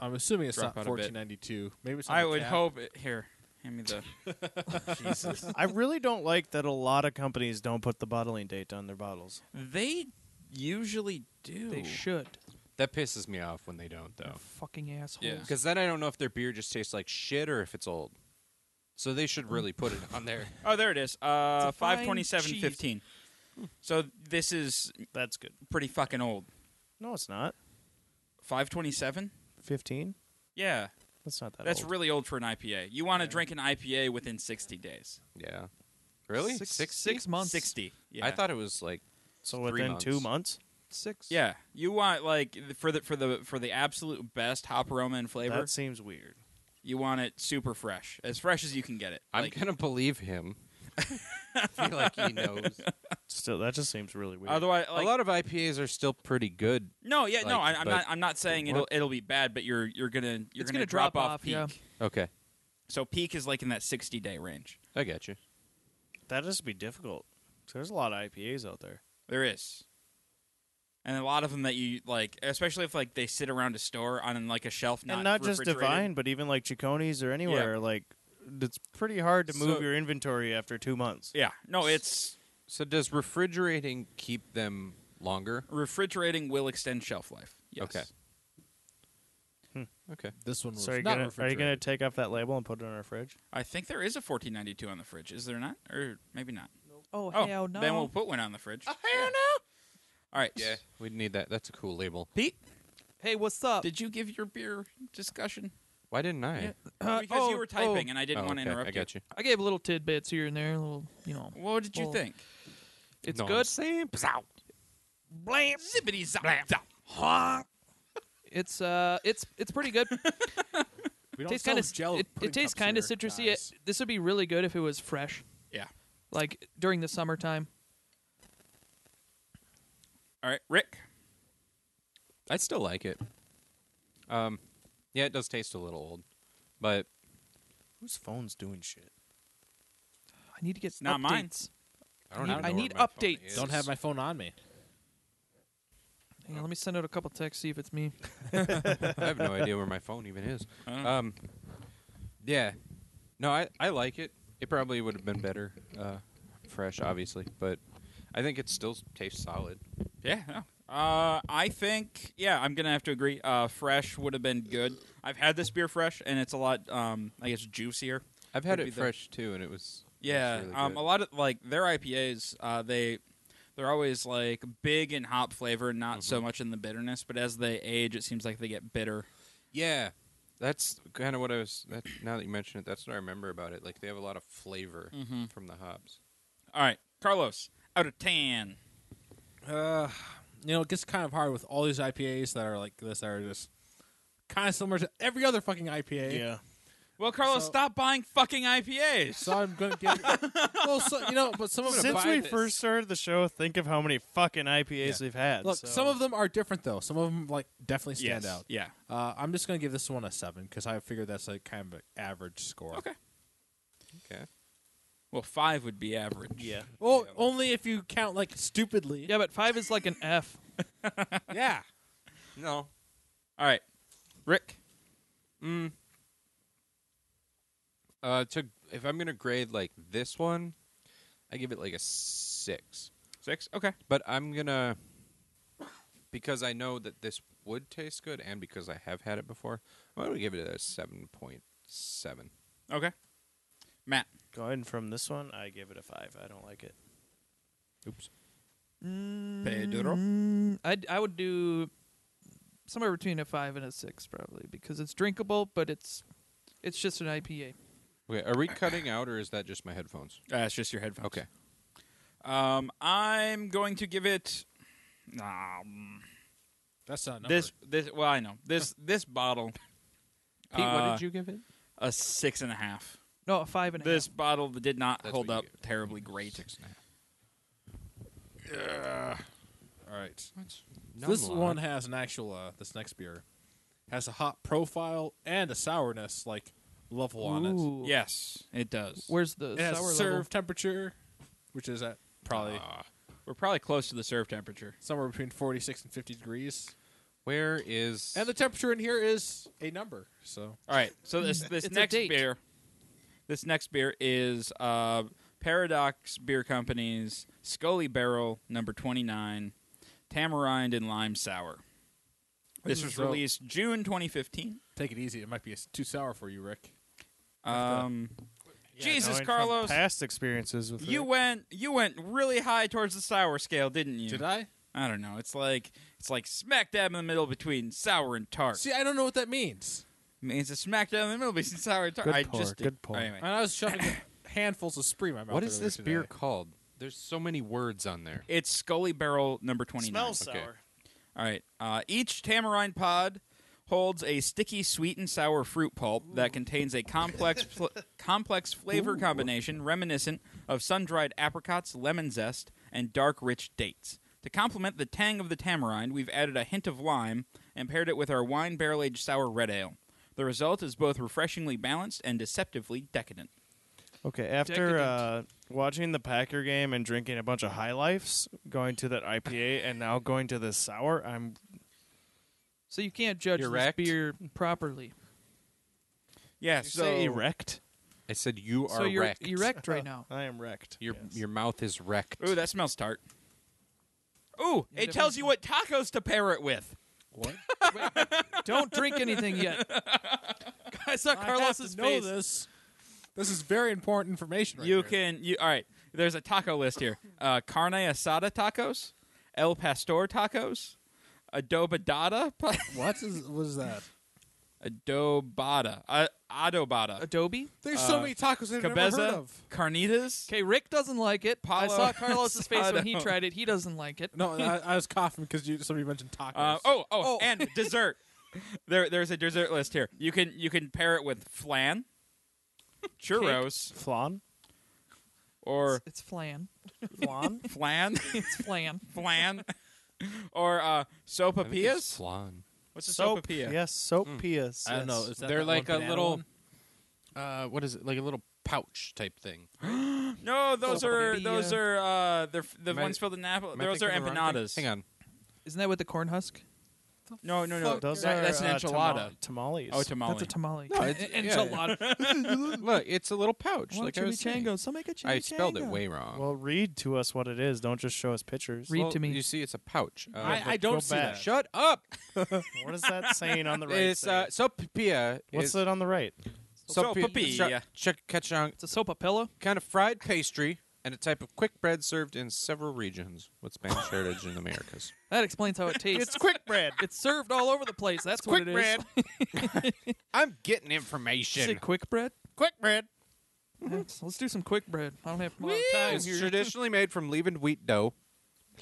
I'm assuming it's Drop not out a bit. 1492. Maybe it's on I the would cap. hope it. Here, hand me the. I really don't like that a lot of companies don't put the bottling date on their bottles. They usually do. They should. That pisses me off when they don't though. Fucking assholes. Yeah. Because then I don't know if their beer just tastes like shit or if it's old. So they should really put it on there. Oh, there it is. Uh, It's a fine five twenty-seven fifteen. So this is That's good. pretty fucking old. No, it's not. Five twenty-seven. Fifteen. Yeah, That's not that. that's old. really old for an IPA. You want to drink an IPA within sixty days. Yeah. Really? Six, Six? six months. Sixty. Yeah. I thought it was like so three within two months. Six. Yeah, you want like for the for the for the absolute best hop aroma and flavor. That seems weird. You want it super fresh, as fresh as you can get it. I'm Like, gonna believe him. I feel like he knows. Still, that just seems really weird. otherwise, like, a lot of IPAs are still pretty good. no, yeah, no, I, like, I'm but- not. I'm not saying it'll it'll be bad, but you're you're gonna you're It's gonna, gonna drop off, off, peak. yeah. Okay, So peak is like in that 60 day range. I got you. That just be difficult. 'Cause There's a lot of IPAs out there. There is. And a lot of them that you like, especially if like they sit around a store on like a shelf, not and not just refrigerated. divine, but even like Chicones or anywhere. Like it's pretty hard to move So- your inventory after two months. Yeah, no, it's So does refrigerating keep them longer? refrigerating will extend shelf life. Yes. Okay. Okay. This one was So are you, not gonna, are you gonna refrigerated. take off that label and put it in our fridge? I think there is a 1492 on the fridge. Is there not? Or maybe not. Oh, Oh, hell no. then we'll put one on the fridge. Oh, hell no. All right. Yeah, we'd need that. That's a cool label. Pete, hey, what's up? did you give your beer discussion? Why didn't I? Yeah. Uh, Because oh, you were typing oh. and I didn't Oh, want to okay, interrupt I got you. I gave little tidbits here and there, little, you know. What did you Well, think? It's No, I'm good. saying, pzow. Blam, zippity, zap, zap. It's uh, it's it's pretty good. We don't tastes sell kind Jell-O of it, pudding it tastes cups kind of here, citrusy. guys. It, this would be really good if it was fresh, Yeah. like during the summertime. All right, Rick. I still like it. Um, yeah, it does taste a little old, but Whose phone's doing shit? I need to get not updates. mine. I don't need- even I know where need my phone updates. is. Don't have my phone on me. Hang on, let me send out a couple texts see if it's me. I have no idea where my phone even is. I don't know. Um, yeah, no, I I like it. It probably would have been better, uh, fresh, obviously, but I think it still tastes solid. Yeah. no. Uh, I think yeah, I'm gonna have to agree. Uh, fresh would have been good. I've had this beer fresh, and it's a lot. Um, I guess juicier. I've had Would be it the- fresh too, and it was it was Yeah. really um, good. a lot of like their IPAs. Uh, they they're always like big in hop flavor, not so much in the bitterness. But as they age, it seems like they get bitter. Yeah, that's kind of what I was. That, now that you mention it, that's what I remember about it. Like they have a lot of flavor from the hops. All right, Carlos, out of ten. Uh, you know, it gets kind of hard with all these IPAs that are like this that are just kind of similar to every other fucking IPA. Yeah. Well, Carlos, So- stop buying fucking IPAs. So I'm gonna get. well, so, you know, but some of them. Since buy we this. first started the show, think of how many fucking IPAs we've had. look, so- some of them are different though. Some of them like definitely stand Yes, out. Yeah. Uh, I'm just gonna give this one a seven because I figured that's like kind of an average score. Okay. Okay. Well, five would be average. Yeah. Well, Oh, only if you count like stupidly. Yeah, but five is like an F. Yeah. No. All right, Rick. Mm. Uh, to if I'm gonna grade like this one, I give it like a six. Six. Okay. But I'm gonna because I know that this would taste good, and because I have had it before, I'm gonna give it a seven point seven. Okay. Matt. Going from this one, I give it a five. I don't like it. Oops. Pedro? Mm, I I would do somewhere between a five and a six probably because it's drinkable, but it's it's just an IPA. Okay. Are we cutting out, or is that just my headphones? Uh, it's just your headphones. Okay. Um, I'm going to give it. Um, That's not a number. this this well, I know this this bottle. Pete, what uh, did you give it? A six and a half. No, a five and a half. This bottle did not That's hold what up you get. terribly great. and a half. All right. None this lied. one has an actual. Uh, this next beer has a hot profile and a sourness like level on it. Ooh. Yes, it does. We're, Where's the It has sour serve level? temperature, which is at probably Ah. we're probably close to the serve temperature. somewhere between 46 and 50 degrees. Where is And the temperature in here is a number. So All right. So this this It's a next date. beer, this next beer is uh, Paradox Beer Company's Scully Barrel Number Twenty Nine, Tamarind and Lime Sour. This was So- released June 2015. take it easy. It might be s- too sour for you, Rick. Um, Jesus, Going from Carlos, Past experiences with you it. went you went really high towards the sour scale, didn't you? Did I? I don't know. It's like it's like smack dab in the middle between sour and tart. See, I don't know what that means. I mean, it's a smack dab in the middle between sour and tart. Good I pour, just good pour. Anyway, And I was shoving handfuls of spree in my mouth. what is earlier this beer today. called? There's so many words on there. it's Scully Barrel Number Twenty Nine. smells Okay. sour. All right. Uh, each tamarind pod holds a sticky sweet and sour fruit pulp that contains a complex fl- complex flavor combination reminiscent of sun-dried apricots, lemon zest, and dark rich dates. To complement the tang of the tamarind, we've added a hint of lime and paired it with our wine barrel-aged sour red ale. The result is both refreshingly balanced and deceptively decadent. Okay, after Decadent. uh, watching the Packer game and drinking a bunch of High Lifes, going to that IPA, and now going to this sour, I'm So you can't judge You're this wrecked? beer properly. Yeah, You so say erect. I said you are so you're wrecked. you're wrecked right now. I am wrecked. Your yes. your mouth is wrecked. Ooh, that smells tart. Ooh, Yeah, it tells you what tacos to pair it with. Don't drink anything yet. I saw Carlos's I have to know face. this. This is very important information. Right you here. can you all right. There's a taco list here. Uh, carne asada tacos, El Pastor tacos, adobada, pa- What is what is that? adobada, uh, adobada, Adobe. There's so many tacos I've never heard cabeza, of. carnitas. Okay, Rick doesn't like it. I Paulo saw Carlos's face when he Asado. tried it. He doesn't like it. No, I, I was coughing because you somebody mentioned tacos. Uh, oh, oh, Oh. and dessert. There, there's a dessert list here. You can you can pair it with flan, churros, flan. or It's flan. Flan. flan, It's flan. flan, or uh, I think it's sopapillas. flan. What's a Soap. sopapilla? Yes, soap Hmm. pias. I don't know. yes. Is that They're that one like a banana little, one? uh, what is it? Like a little pouch type thing. No, those are Sopapilla. those are uh, they're, f- the Am I- ones filled in apple. Am I Those are thinking the wrong thing? empanadas. Hang on. Isn't that with the corn husk? No, no, no. Those that- are that's an uh, enchilada. tama- tamales. oh, tamale. That's a tamale. it's Look, it's a little pouch. One like I was saying. chimichango. So make a chimichango. I spelled it way wrong. Well, read to us what it is. Don't just show us pictures. Read Well, to me. You see, it's a pouch. Uh, I, I go don't see back. that. shut up. What is that saying on the right? It's say? uh, sopapilla. What's is, it on the right? Sopapilla. Chikachang, It's a sopa pillow. kind of fried pastry and a type of quick bread served in several regions with Spanish heritage in the Americas. That explains how it tastes. it's, quick bread. served all over the place. That's what it is. I'm getting Is information. it quick bread? quick bread. Yes, Let's do some quick bread. I don't have a lot of time It's here. traditionally made from leavened wheat dough,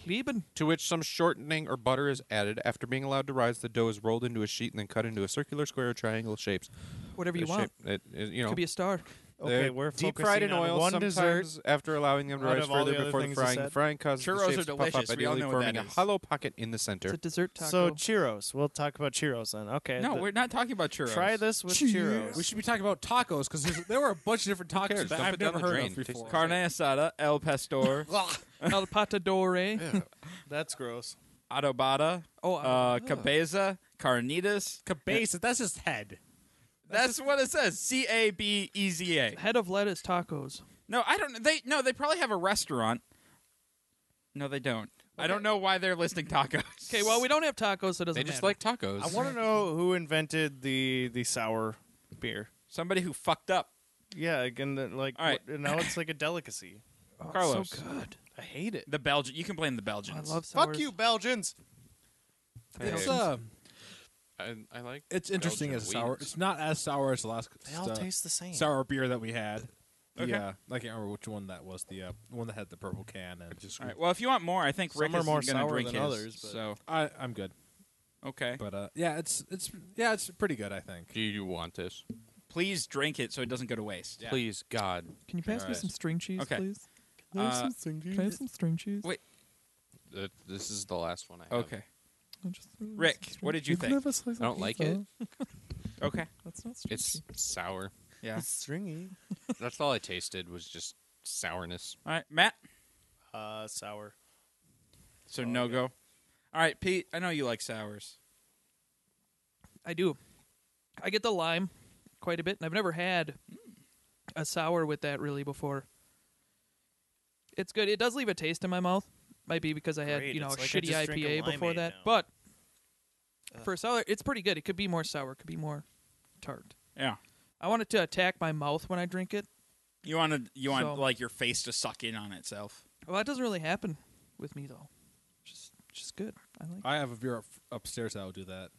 Lieben. to which some shortening or butter is added. After being allowed to rise, the dough is rolled into a sheet and then cut into a circular, square, or triangle shapes. Whatever you The want. shape- it- it- you know, Could be a star. they're Okay, we're deep focusing fried in on oil one sometimes dessert. after allowing them to Out rise of all the further other before the things you frying. said. Frying causes Churros the are shapes to puff up, delicious. We all ideally know what forming a that is. hollow pocket in the It's center. a dessert taco. So churros. We'll talk about churros then. Okay. No, th- we're not talking about churros. try this with churros. We should be talking about tacos because there were a bunch of different tacos cares? that Dump I've it down never the heard drain. of Tastes before. like Carne asada, el pastor, El patadore. That's gross. adobada, Oh, uh, adobada. cabeza, carnitas. Cabeza, that's his head. That's what it says. C A B E Z A. Head of lettuce tacos. No, I don't. They no, they probably have a restaurant. No, they don't. I don't know why they're listing tacos. Okay, well, we don't have tacos, so it doesn't They just matter. like tacos. I want to know who invented the the sour beer. somebody who fucked up. Yeah, again, the- like All right. what- now it's like a delicacy. Oh, it's Carlos. So good. I hate it. The Belgian. You can blame the Belgians. I love sours. Fuck you, Belgians. It's Hey. uh, I, I like. it's interesting Belgian as a sour. wheat. It's not as sour as the last They all uh, taste the same. sour beer that we had. Okay. Yeah, I can't remember which one that was. The uh, one that had the purple can and just. All right. Well, if you want more, I think Some Rick are is more going to sour drink than his, others, but- So I, I'm good, okay. but uh, yeah, it's it's yeah, it's pretty good. I think. Do you want this? please drink it so it doesn't go to waste. Please, God. Can you pass me Alright. some string cheese, Okay. please? Can I have Uh, some Can I have some string cheese? Wait. Th- This is the last one I have. Okay. I just- Rick, what did you can think? have a slice of I don't like pizza. it. Okay. That's not string It's cheese. sour. Yeah. stringy. That's all I tasted was just sourness. All right, Matt. Uh, sour. So no go. All right, Pete. I know you like sours. I do. I get the lime quite a bit, and I've never had a sour with that really before. It's good. It does leave a taste in my mouth. Might be because I had Great. you know It's a like I shitty just drank a IPA before limeade that, now. but for sour, it's pretty good. It could be more sour. It could be more tart. Yeah. I want it to attack my mouth when I drink it. You want to? You want So- like your face to suck in on itself? Well, that doesn't really happen with me though. Just, just good. I Uh, like. it. I have a beer up, upstairs that will do that.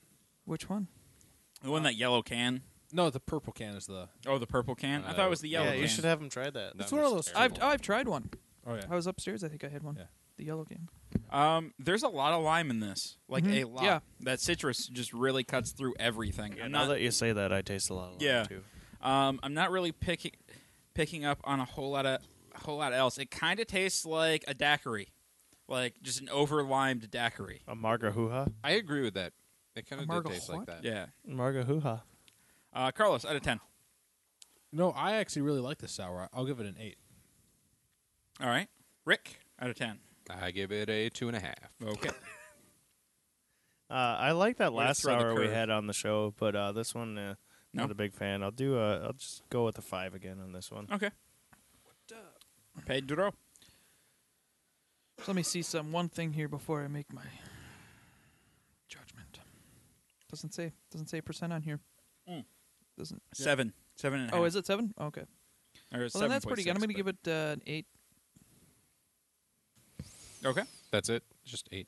Which one? The one that yellow can. No, the purple can is the. Oh, the purple can. I thought it was the Uh, yellow Yeah, can. you should have them try that. That one of was those- terrible. I've I've tried one. Oh yeah. I was upstairs. I think I had one. Yeah. The yellow can. Um, there's a lot of lime in this, like a lot. Yeah. that citrus just really cuts through everything. I'm now not, that you say that, I taste a lot of lime Yeah. too. um, I'm not really picking picking up on a whole lot of a whole lot else. It kind of tastes like a daiquiri, like just an over limed daiquiri. A margahuha. I agree with that. It kind of Amargo did taste like what? that. Yeah, Margahuha. uh, Carlos, out of ten. No, I actually really like this sour. I'll give it an eight. All right, Rick, out of ten. I give it a two and a half. Okay. Uh, I like that Way to last throw the sour we curve. had on the show, but uh, this one, uh, No. not a big fan. I'll do. Uh, I'll just go with a five again on this one. Okay. Pedro. So let me see some one thing here before I make my judgment. Doesn't say doesn't say percent on here. Mm. Doesn't. Seven. Seven Uh-huh. and a half. Oh, is it seven? Okay. Or Well, then that's pretty good. I'm going to give it uh, an eight. Okay. That's it. Just eight.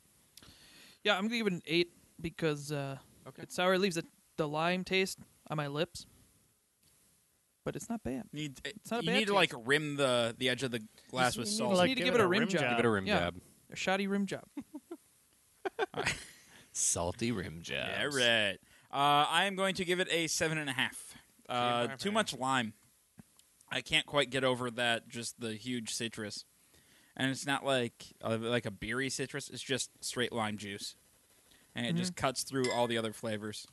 Yeah, I'm going to give it an eight because uh, Okay. it sour leaves the, the lime taste on my lips, but it's not bad. Need, It's not a you bad need to like taste. rim the the edge of the glass with You salt. just need to give it a rim job. Give it a rim Yeah. job. A shoddy rim job. Salty rim job. yeah, right. Uh, I am going to give it a seven and a half. Uh, too much lime. I can't quite get over that. Just the huge citrus, and it's not like uh, like a beery citrus. It's just straight lime juice, and it Mm-hmm. just cuts through all the other flavors.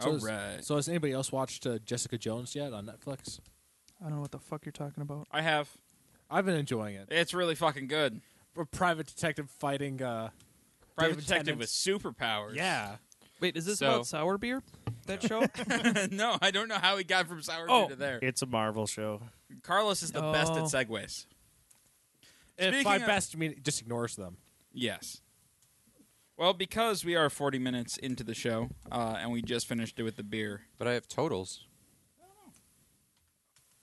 So all is- right. So has anybody else watched uh, Jessica Jones yet on Netflix? I don't know what the fuck you're talking about. I have. I've been enjoying it. It's really fucking good. A private detective fighting. Uh, Private David detective Tennant. with superpowers. Yeah. Wait, is this So- about sour beer? That show? no, I don't know how he got from sour Oh. beer to there. It's a Marvel show. Carlos is the best at Oh. segues. If Speaking by of- best, you mean it just ignores them. Yes. Well, because we are 40 minutes into the show uh, and we just finished it with the beer. But I have totals.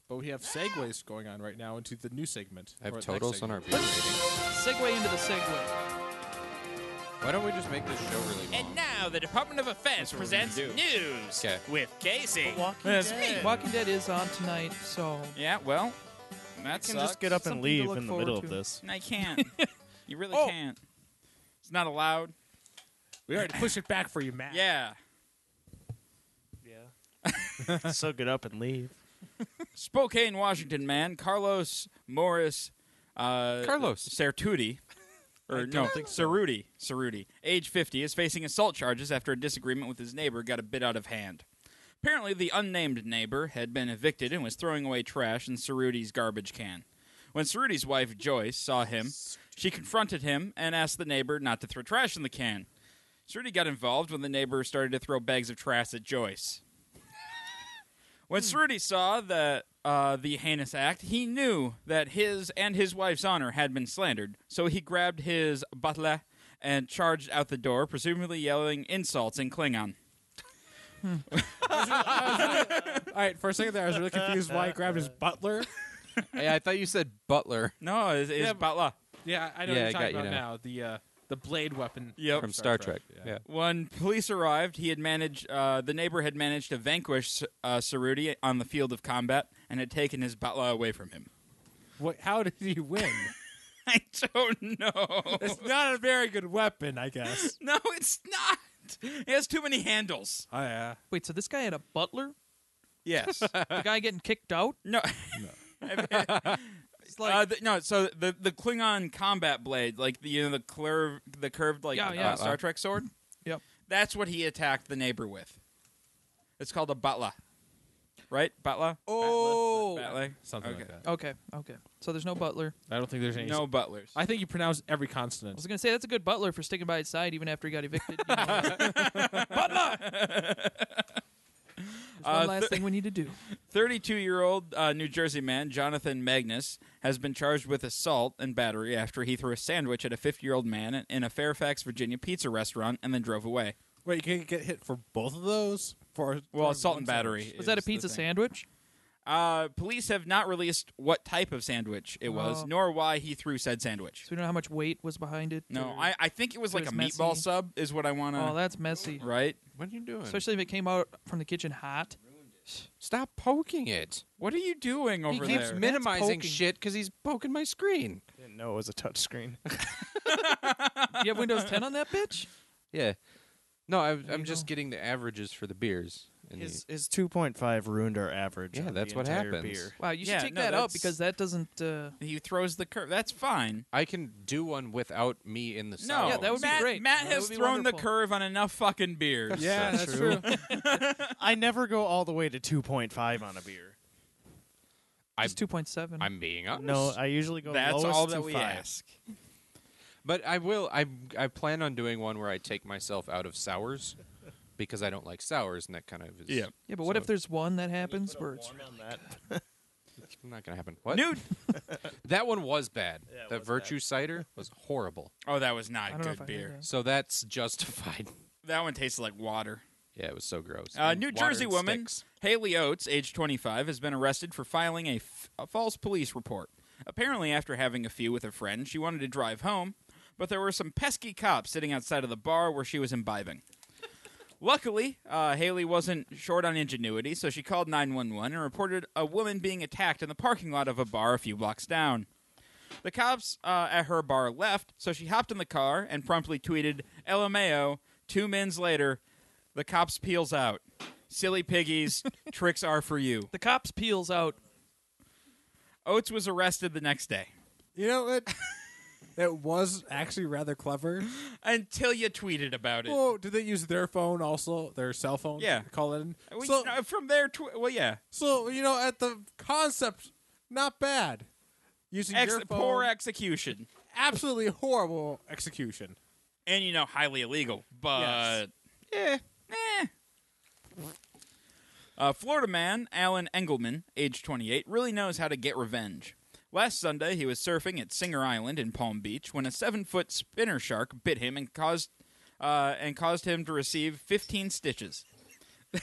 But we have segues going on right now into the new segment. I have or next totals on segment. our beer rating. Segue into the segue. Why don't we just make this show really long? now the Department of Defense what we're gonna do. news Okay. with Casey. That's Walking Dead is on tonight, so Yeah, well, can that sucks. just get up Something and to leave look in the forward middle to. of this. I can't. you really Oh. can't. It's not allowed. We already pushed it back for you, Matt. Yeah. so get up and leave. Spokane, Washington man, Carlos Morris. Uh, Carlos. Sertuti. Or no, Cerruti, Cerruti, age 50, is facing assault charges after a disagreement with his neighbor got a bit out of hand. Apparently, the unnamed neighbor had been evicted and was throwing away trash in Cerruti's garbage can. When Cerruti's wife, Joyce, saw him, she confronted him and asked the neighbor not to throw trash in the can. Cerruti got involved when the neighbor started to throw bags of trash at Joyce. When Cerruti saw that uh, the heinous act, he knew that his and his wife's honor had been slandered, so he grabbed his butler and charged out the door, presumably yelling insults in Klingon. All right. For a second there, I was really confused why he grabbed his butler. Hey, I thought you said butler No, it's, it's Yeah, but- butler. Yeah, I know Yeah, what I you're talking got you about now. now. The uh, the blade weapon. Yep. from Star Trek. Yeah. When police arrived, he had managed. Uh, the neighbor had managed to vanquish uh, Cerruti on the field of combat and had taken his butler away from him. What, how did he win? I don't know. it's not a very good weapon, I guess. no, it's not. He has too many handles. Oh, yeah. wait, so this guy had a butler? Yes. The guy getting kicked out? no. It's like uh, th- no, so the the Klingon combat blade, like the you know the curve the curved like Yeah, yeah. uh, Star Trek sword. Yep. That's what he attacked the neighbor with. It's called a butler. Right? Butler? Oh. Batler? Something Okay. like that. Okay, okay. So there's no butler. I don't think there's any. No butlers. I think you pronounce every I consonant. was gonna say that's a good butler for sticking by his side even after he got evicted. You know? butler. There's one Uh, last th- thing we need to do. 32 year old uh, New Jersey man, Jonathan Magnus, has been charged with assault and battery after he threw a sandwich at a 50 year old man in a Fairfax, Virginia pizza restaurant and then drove away. Wait, you can get hit for both of those? For Well, for assault one and battery. Was that a is the pizza thing. sandwich? Uh, police have not released what type of sandwich it was, Oh. nor why he threw said sandwich. So we don't know how much weight was behind it. No, or- I, I think it was So like a it's meatball messy. sub, is what I want Oh, to. that's messy. right? What are you doing? Especially if it came out from the kitchen hot. Stop poking it. What are you doing over he keeps there? minimizing That's poking. shit because he's poking my screen. didn't know it was a touchscreen. You have Windows 10 on that bitch? Yeah. No, I'm, I'm just getting the averages for the beers. And His his two point five ruined our average. Yeah, on that's the what entire happens. Beer. Wow, you should Yeah, take no, that out that's- because that doesn't. Uh, He throws the curve. That's fine. I can do one without me in the No, sour. Yeah, that would be Matt, great. Matt That has would be thrown the wonderful. curve on enough fucking beers. Yeah, That's that's true. I never go all the way to two point five on a beer. I- it's 2.7. I'm being honest. No, I usually go That's lowest all to that we five. ask. but I will. I I plan on doing one where I take myself out of sours because I don't like sours, and that kind of is. Yeah. yeah, but what so- if there's one that happens where it's. One on that. Not gonna happen. What? Nude. That one was bad. Yeah, it that was virtue cider was horrible. Oh, that was not I don't know if I good had beer. that. So that's justified. That one tasted like water. Yeah, it was so gross. Uh, And New water Jersey and woman sticks. Haley Oates, age 25, has been arrested for filing a, f- a false police report. Apparently, after having a few with a friend, she wanted to drive home, but there were some pesky cops sitting outside of the bar where she was imbibing. Luckily, uh, Haley wasn't short on ingenuity, so she called 911 and reported a woman being attacked in the parking lot of a bar a few blocks down. The cops uh, at her bar left, so she hopped in the car and promptly tweeted, LMAO, two mins later, the cops peels out. Silly piggies, tricks are for you. The cops peels out. Oates was arrested the next day. You know what? It was actually rather clever. Until you tweeted about it. Oh, did they use their phone also? Their cell phone? to Yeah. Call in. We- so, no, from there, tw- well, yeah. so you know, at the concept, not bad. Using Ex- your phone, poor execution. absolutely horrible execution. And, you know, highly illegal. But. Eh. Uh, Florida man Alan Engelman, age 28, really knows how to get revenge. Last Sunday, he was surfing at Singer Island in Palm Beach when a seven-foot spinner shark bit him and caused uh, and caused him to receive 15 stitches.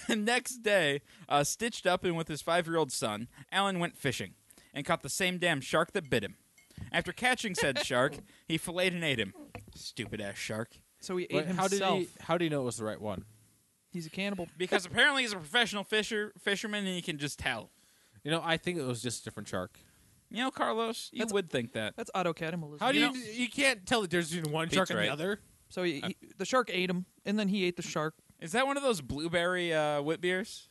The next day, uh, stitched up and with his five-year-old son, Alan went fishing and caught the same damn shark that bit him. After catching said shark, he filleted and ate him. Stupid ass shark. So he ate But how himself. did he? How do you know it was the right one? He's a cannibal. because apparently he's a professional fisher fisherman and he can just tell. You know, I think it was just a different shark. You know, Carlos, you That's- would think that. That's auto cannibalism. How do You you? know- you can't tell the difference between one Pete's shark and right. Uh-huh. the other. So he, he, the shark ate him, and then he ate the shark. Is that one of those blueberry uh, whip beers?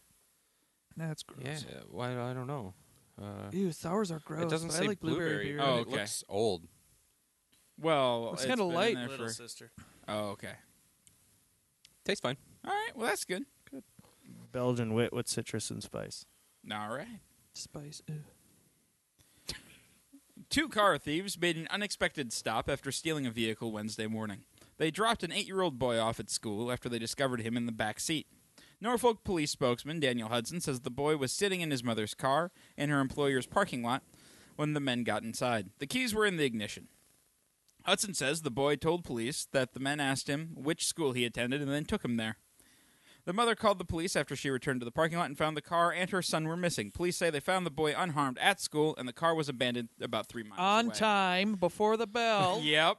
That's gross. Yeah. Why? I don't know. Uh, Ew, sours are gross. it doesn't but say I like blueberry, beer. and Oh, it okay. looks old. Well, Looks it's kinda been in light, there for- sister. Oh, okay. Tastes fine. All right. Well, that's good. Belgian wit with citrus and spice. All right. Spice. Ew. Two car thieves made an unexpected stop after stealing a vehicle Wednesday morning. They dropped an eight-year-old boy off at school after they discovered him in the back seat. Norfolk police spokesman Daniel Hudson says the boy was sitting in his mother's car in her employer's parking lot when the men got inside. The keys were in the ignition. Hudson says the boy told police that the men asked him which school he attended and then took him there. The mother called the police after she returned to the parking lot and found the car and her son were missing. Police say they found the boy unharmed at school and the car was abandoned about three miles On away. time, before the bell. Yep.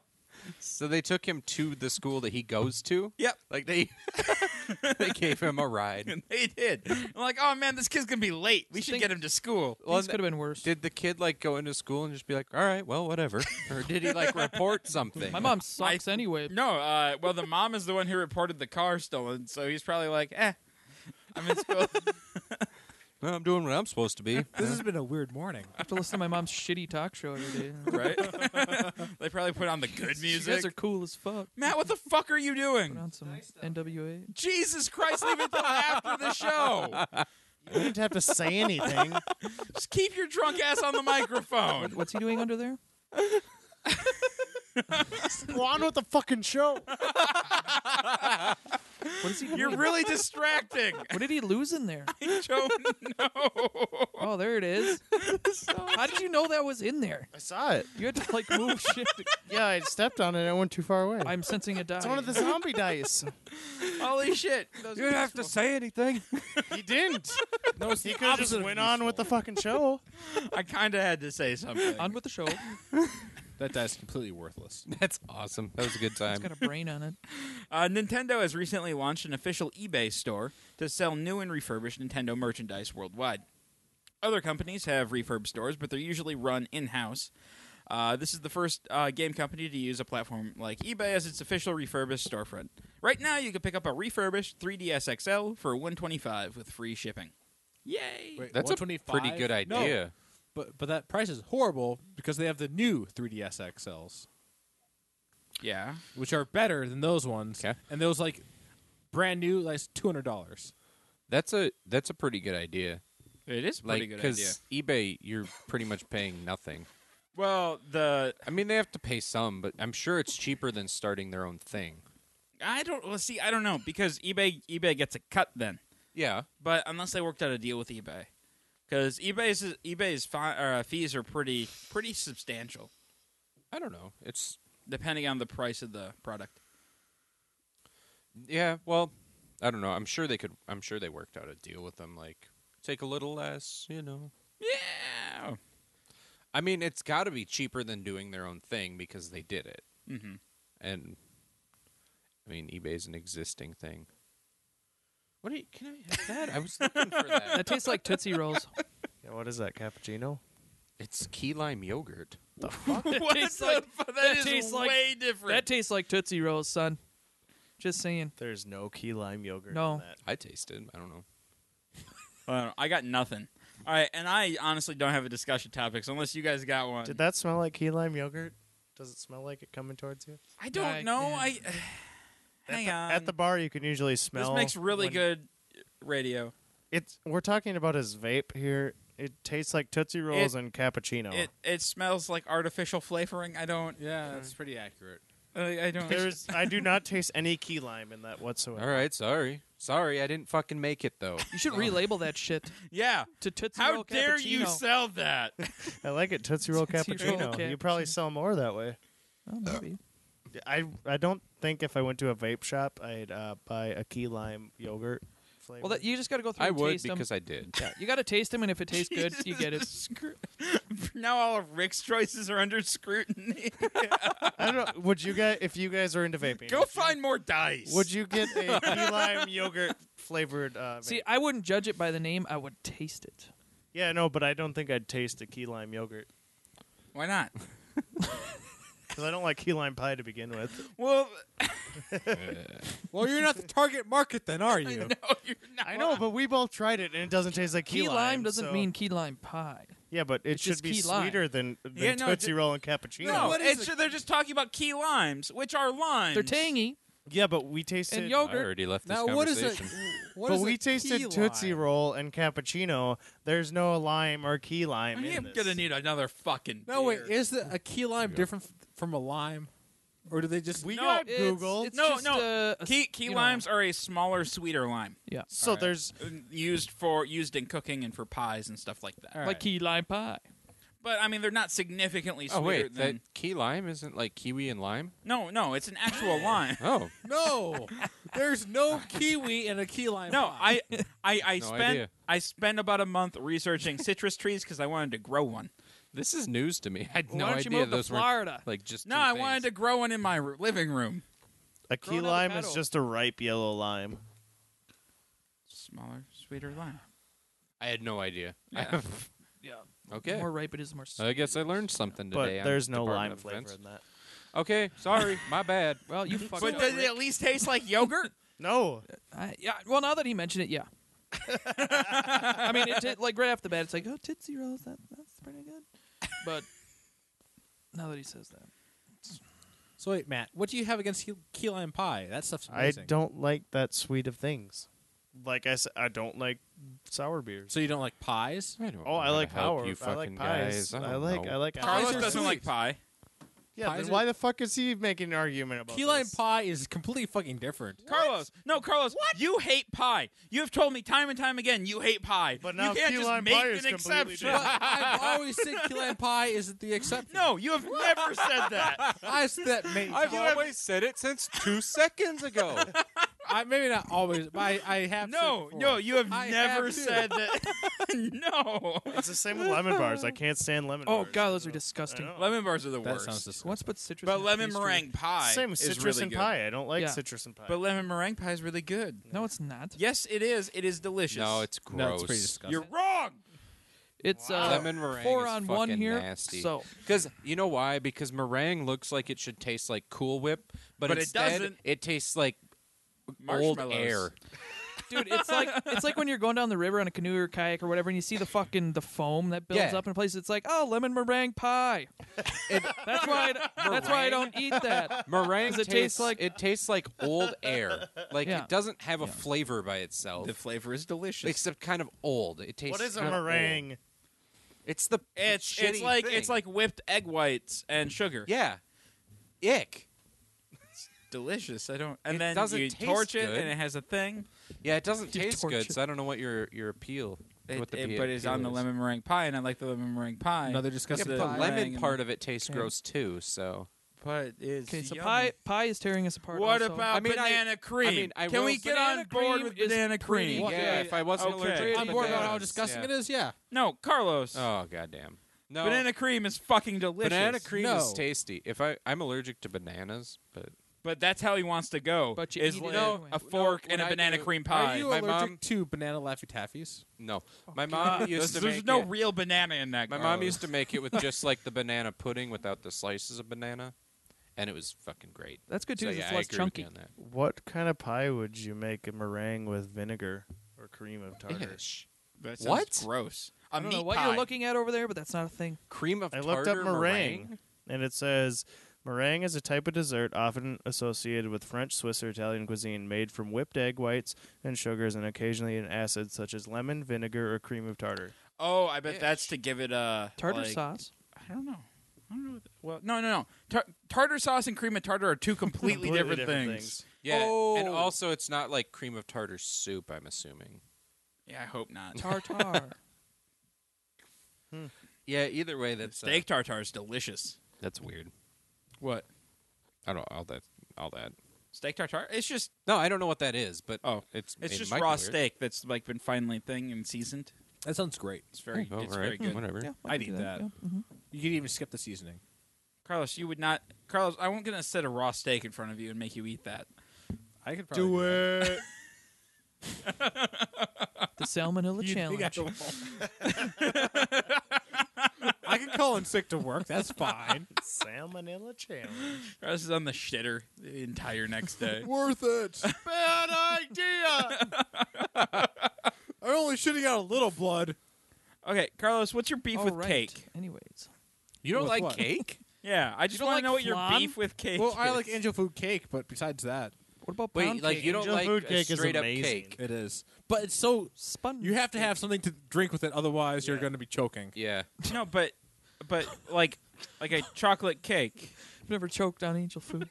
So they took him to the school that he goes to. Yep. Like they, they gave him a ride. And they did. I'm like, oh man, this kid's gonna be late. We should Think- get him to school. Well, Things could have been worse. Did the kid like go into school and just be like, "All right, well, whatever," or did he like report something? My mom sucks anyway. No, uh, well, the mom is the one who reported the car stolen, so he's probably like, eh, I'm in school. No, I'm doing what I'm supposed to be. This has been a weird morning. I have to listen to my mom's shitty talk show every day. right? they probably put on the good You guys music. are cool as fuck. Matt, what the fuck are you Put doing? on some NWA. Jesus Christ, leave it till after the show. You didn't have to say anything. Just keep your drunk ass on the microphone. What's he doing under there? Go on with the fucking show. What is he? You're doing? really distracting. What did he lose in there? I don't know. Oh, there it is. How did you know that was in there? I saw it. You had to like move shit. Yeah, I stepped on it and it went too far away. I'm sensing a die. it's one of the zombie dice. Holy shit. You didn't have to say anything. He didn't. No, it's He the could have just opposite of went on with the useful. fucking show. I kind of had to say something. On with the show. It's That die's completely worthless. That's awesome. That was a good time. got a brain on it. Uh, Nintendo has recently launched an official eBay store to sell new and refurbished Nintendo merchandise worldwide. Other companies have refurb stores, but they're usually run in house. Uh, this is the first uh, game company to use a platform like eBay as its official refurbished storefront. Right now, you can pick up a refurbished 3DS XL for 125 with free shipping. Yay! Wait, That's a 125? pretty good No, idea. but but that price is horrible because they have the new 3DS XLs, Yeah. which are better than those ones. 'Kay. And those like brand new, like two hundred dollars. That's a that's a pretty good idea. It is a pretty Like good idea. because eBay, you're pretty much paying nothing. Well, the I mean, they have to pay some, but I'm sure it's cheaper than starting their own thing. I don't well see I don't know because eBay eBay gets a cut then, Yeah, but unless they worked out a deal with eBay, because eBay's eBay's fi- uh, fees are pretty pretty substantial I don't know. It's depending on the price of the product. yeah. Well, I don't know. I'm sure they could. I'm sure they worked out a deal with them. Like take a little less. You know. Yeah. I mean, it's got to be cheaper than doing their own thing because they did it. Mm-hmm. And I mean, eBay's an existing thing. What are you, can I have that? I was looking for that. That tastes like Tootsie Rolls. Yeah, what is that cappuccino? It's key lime yogurt. What tastes the like- fu- that that is tastes like- way different. That tastes like Tootsie Rolls, son. Just saying. There's no key lime yogurt. No. in that. I tasted. I don't know. Uh, I got nothing. All right, and I honestly don't have a discussion topic, so unless you guys got one. Did that smell like key lime yogurt? Does it smell like it coming towards you? I don't I- know. yeah. I hang on. At the bar, you can usually this smell. makes really when- good radio. It's we're talking about his vape here. It tastes like Tootsie Rolls and cappuccino. It it smells like artificial flavoring. I don't. Yeah, Mm. that's pretty accurate. I, I don't. There's, I do not taste any key lime in that All whatsoever. right, sorry. Sorry, I didn't fucking make it though. You should relabel that shit yeah. to Tootsie How Roll dare you cappuccino. sell that? I like it Tootsie Roll Tootsie Roll cappuccino. You probably cappuccino. sell more that way. Oh, maybe. I I don't think if I went to a vape shop, I'd uh, buy a key lime yogurt. Flavor. Well, that, you just got to go through I and would taste them. because I did. You got to taste them, and if it tastes good, you get it. Screw- now all of Rick's choices are under scrutiny. I don't know. Would you guys, if you guys are into vaping, Go find more dice. would you get a key lime yogurt flavored? Uh, vape? See, I wouldn't judge it by the name. I would taste it. yeah, no, but I don't think I'd taste a key lime yogurt Why not? because I don't like key lime pie to begin with. Well, Well, you're not the target market then, are you? no, oh, you're not. I know, but we both tried it and it doesn't taste like key, Key, lime, doesn't so- mean key lime pie. yeah, but it it's should just be key lime. sweeter than, than Yeah, no, Tootsie ju- Roll and cappuccino. No, What is it's, it? they're just talking about key limes, which are limes. They're tangy. Yeah, but we tasted And I yogurt. already left this Now, what is conversation. it? What but is we a key tasted Tootsie lime? Roll and cappuccino. There's no lime or key lime in I'm this. gonna need another fucking. No, wait. beer. Is the, a key lime different f- from a lime, or do they just? we No, got It's- Google. It's No, just, no. uh, a s- key key you know, limes are a smaller, sweeter lime. Yeah, so Alright. there's used for used in cooking and for pies and stuff like that. All like right. key lime pie. But I mean, they're not significantly sweeter Oh wait, that than. key lime isn't like kiwi and lime. No, no, it's an actual lime. Oh, No, there's no kiwi in a key lime. No, pie. I, I, I No spent idea. I spent about a month researching citrus trees because I wanted to grow one. this is news to me. I had no Why don't you idea move to those Florida? were like just. No, two I things. wanted to grow one in my r- living room. a key Grown lime is avocado. just a ripe yellow lime. Smaller, sweeter lime. I had no idea. Yeah. Yeah, okay. more ripe it is, more. I guess I learned something But today. on there's no Department lime of flavor Defense. in that. Okay, sorry, my bad. Well, you fucked But up. does it at least taste like yogurt? No. I, yeah, well, now that he mentioned it, yeah. I mean, it, did- like right off the bat, it's like, oh, Tootsie Rolls, that, that's pretty good. But now that he says that, So wait, Matt, what do you have against key, key lime pie? That stuff's I amazing. don't like that sweet of things. Like I said, I don't like sour beers. So you don't like pies? I don't Oh, I know like how to help power. You I fucking like pies. guys. I, I, don't like. know. I like. Carlos Pies are doesn't sweet. like pie. Yeah, Pies then are- why the fuck is he making an argument about Key lime this? pie is completely fucking different. Carlos, no, Carlos, you hate pie. You have told me time and time again you hate pie. But now you can't key just lime make pie an is completely exception. But I've always said key lime pie is the exception. No, you have never said that. I said that maybe. I've always said it since two seconds ago. I, maybe not always, but I, I have. No, said before. no, you have I never have too. said that. no. It's the same with lemon bars. I can't stand lemon oh bars. god, those are I disgusting. know. Lemon bars are the That worst. sounds disgusting. Once put citrus. but in a lemon pastry. mering pie. Same with is citrus really and good. pie. I don't like Yeah. citrus and pie. But lemon meringue pie is really good. No, it's not. Yes, it is. It is delicious. no, it's gross. No, it's pretty disgusting. You're wrong. It's uh, Lemon meringue four is on one fucking here. nasty. So Because you know why? Because meringue looks like it should taste like Cool Whip, but, But it instead, doesn't. It tastes like old Marshmallows. air. dude, it's like it's like when you're going down the river on a canoe or kayak or whatever, and you see the fucking the foam that builds Yeah. up in place. It's like oh, lemon meringue pie. that's why I, that's why I don't eat that. Meringue Does it tastes taste like- like it tastes like old air. Like Yeah. it doesn't have a flavor by itself, The flavor is delicious. except kind of old. It tastes. What is a kinda old. meringue? It's the it's shitty it's like thing. it's like whipped egg whites and sugar. yeah, ick. delicious. I don't. And It then doesn't you taste torch it, good. and it has a thing. Yeah, it doesn't You taste torture- good, so I don't know what your your appeal. It, what the it- appeal but it's on the is. lemon meringue pie, and I like the lemon meringue pie. Another Yeah, disgusting but the the pie. lemon meringue part of it tastes Yeah. gross too. So but it's Okay, so yummy. pie pie is tearing us apart. What also. about I mean, I- banana cream? I mean, I Can will we say- get on Banana board cream with is banana pretty cream? good. yeah, if I wasn't okay. allergic, I'm on to board about how bananas, disgusting yeah. it is. Yeah, No, Carlos. Oh goddamn! No, Banana cream is fucking delicious. banana cream is No. tasty. If I I'm allergic to bananas, but But that's how he wants to go. But you is eat it like anyway. a fork No, and a when I banana do- cream are pie. you My allergic mom- to banana laffy taffies? no, my mom used there's to there's make no Oh. it- real banana in that. My mom Carlos. used to make it with just like the banana pudding without the slices of banana, and it was fucking great. That's good too. So, 'cause yeah, it's I less agree with chunky. you on that. What kind of pie would you make a meringue with vinegar or cream of tartar? Ish. That sounds What? Gross. A I don't know meat what pie. you're looking at over there, but that's not a thing. Cream of I looked up tartar meringue, and it says meringue is a type of dessert often associated with French, Swiss, or Italian cuisine, made from whipped egg whites and sugars, and occasionally an acid such as lemon, vinegar, or cream of tartar. Oh, I bet that's to give it a Tartar like- sauce. I don't know. I don't know. What the, well, no, no, no. Tar- tartar sauce and cream of tartar are two completely, Completely different, different things. things. Yeah, and Oh. also it's not like cream of tartar soup. I'm assuming. Yeah, I hope not. Tartar. Yeah, either way, that's uh, Steak tartare is delicious. that's weird. What? I don't all that all that. Steak tartare? It's just No, I don't know what that is, but Oh, it's it's it just might be raw weird. steak that's like been finely thing and seasoned. That sounds great. It's very Oh, it's all very right, good. Whatever. yeah, I'd can do eat that. yeah. Mhm. You could even skip the seasoning. Carlos, you would not Carlos, I won't gonna set a raw steak in front of you and make you eat that. I could probably do it. it. The salmonella You- you challenge. got the- I could call in sick to work. That's fine. Salmonella challenge. Carlos is on the shitter the entire next day. Worth it. Bad idea. I'm only shitting out a little blood. okay, Carlos, what's your beef All with right. cake? Anyways, You don't With like what? cake? Yeah, I just don't want like to know what your flan? beef with cake. Well, I is. like angel food cake, but besides that, what about Wait, pound like cake? you don't Angel like food a cake is straight up amazing. cake? it is. But it's so sponge? you have to have something to drink with it, otherwise you're Yeah. going to be choking. Yeah. No, but but like like a chocolate cake. I've never choked on angel food.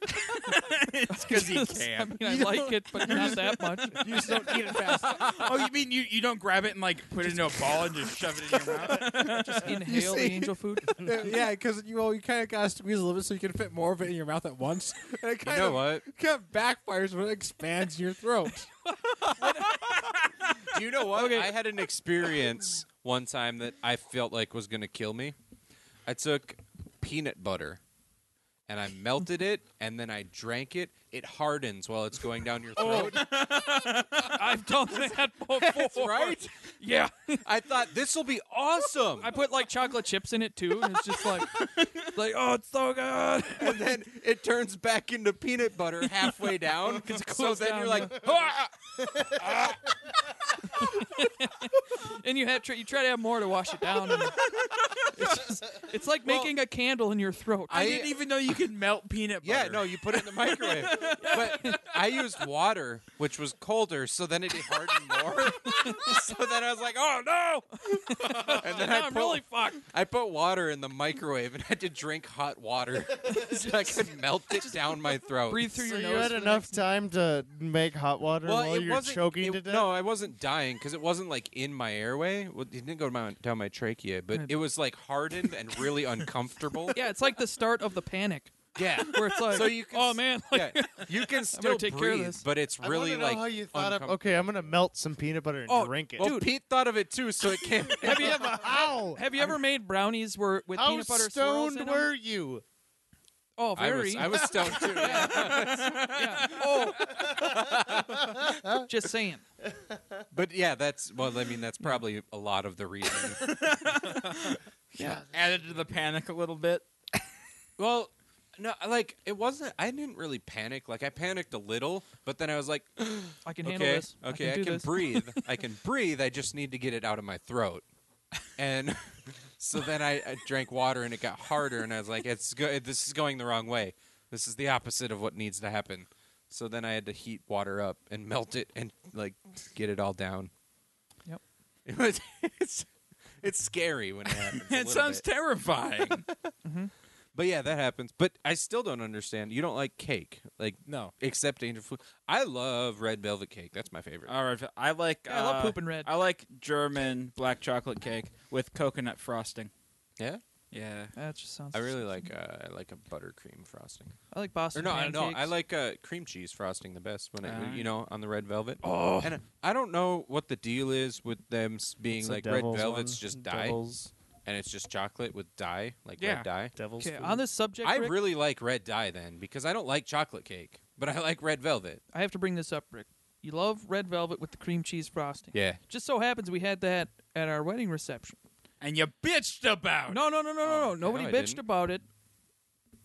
it's because you I can't. mean, I like it, but not that much. You just don't eat it fast. oh, you mean you, you don't grab it and like put it into a ball and just shove it in your mouth? Just inhale the see- angel food. yeah, because you well, you kind of got to squeeze a little bit so you can fit more of it in your mouth at once. And it You kind know of what? kind of backfires when it expands in your throat. Do you know what? I had an experience one time that I felt like was going to kill me. I took peanut butter and I melted it and then I drank it. It hardens while it's going down your throat. I've done that before. Right? Yeah, I thought this will be awesome. I put like chocolate chips in it too, and it's just like, like oh, it's so good. and then it turns back into peanut butter halfway down. so cools then down, you're like, And you have tr- you try to have more to wash it down. and it's, just- it's like making a candle in your throat. I didn't even know you could melt peanut butter. Yeah, no, you put it in the microwave. but I used water, which was colder, so then it hardened more. so then I was like, oh no! and then I I'm put, really fucked. I put water in the microwave and had to drink hot water so I could melt it down my throat. Breathe through so your you had nose. enough time to make hot water Well, while it you're wasn't, choking it- to death. No, I wasn't dying because it wasn't like in my airway. Well, it didn't go to my, down my trachea, but it was like hardened and really uncomfortable. yeah, it's like the start of the panic, yeah. where it's like, So you can oh s- man, like, yeah, you can still take breathe, care of this. but it's I really wanna know like how you thought of. uncomfortable. Oh, Okay, I'm gonna melt some peanut butter Oh, and drink it. Well, Pete thought of it too, so it can't. have you ever How? have you ever made brownies where with How peanut butter swirls stoned in 'em? were you? Oh, I very. was, I was stoned too. yeah. yeah. Oh. Just saying. But yeah, that's well. I mean, that's probably a lot of the reason. Added to the panic a little bit. well, no, like it wasn't. I didn't really panic. Like I panicked a little, but then I was like, I can handle okay, this. okay, I do can, this. breathe. I can breathe. I just need to get it out of my throat. And so then I, I drank water, and it got harder. And I was like, it's go- this is going the wrong way. This is the opposite of what needs to happen. So then I had to heat water up and melt it and like get it all down. Yep. It was, it's it's scary when it happens. a It little sounds bit. terrifying. But yeah, that happens. But I still don't understand. You don't like cake, like No. except angel food. I love red velvet cake. That's my favorite. All right, I like. Yeah, I love uh, pooping red. I like German black chocolate cake with coconut frosting. yeah, Yeah, That just sounds. I really like. Uh, I like a buttercream frosting. I like Boston Or no, I pancakes. no, I like uh, cream cheese frosting the best when Ah. it, you know, on the red velvet. Oh, and I don't know what the deal is with them s- being It's a like red devil's velvets one. just dye, Devil's, and it's just chocolate with dye, like Yeah. red dye. devil's Okay, food. on this subject, I Rick, really like red dye then because I don't like chocolate cake, but I like red velvet. I have to bring this up, Rick. You love red velvet with the cream cheese frosting. Yeah, Just so happens we had that at our wedding reception. and you bitched about. No, no, no, no, no, no. Oh, Nobody no, I bitched didn't. about it.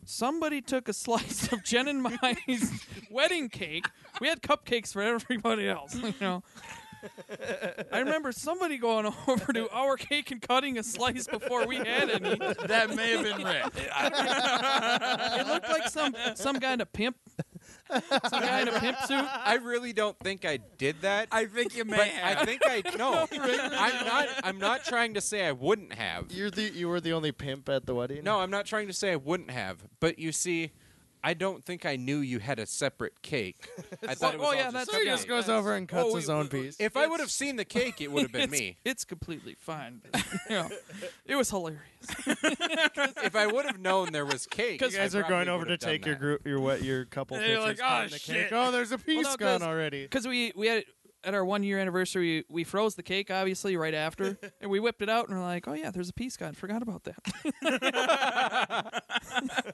Somebody took a slice of Jen and my wedding cake. We had cupcakes for everybody else, you know. I remember somebody going over to our cake and cutting a slice before we had any. it. that may have been red. It looked like some some guy in a pimp, some guy in a pimp suit. I really don't think I did that. I think you may but have. I think I no. I'm not. I'm not trying to say I wouldn't have. You're the you were the only pimp at the wedding. No, I'm not trying to say I wouldn't have. But you see, I don't think I knew you had a separate cake. I thought it was oh, all yeah, just that's- So he cupcake. just goes over and cuts Oh, his we- own we- piece. If I would have seen the cake, it would have been it's, me. It's completely fine. You know, it was hilarious. If I would have known there was cake, you guys are going over to take your group, your what, your couple And you're pictures. like, cutting "Oh, the Cake. shit." Oh, there's a piece no, 'cause- gone already. Because we we had at our one year anniversary, we froze the cake obviously right after, and we whipped it out and we're like, oh yeah, there's a piece gone. Forgot about that.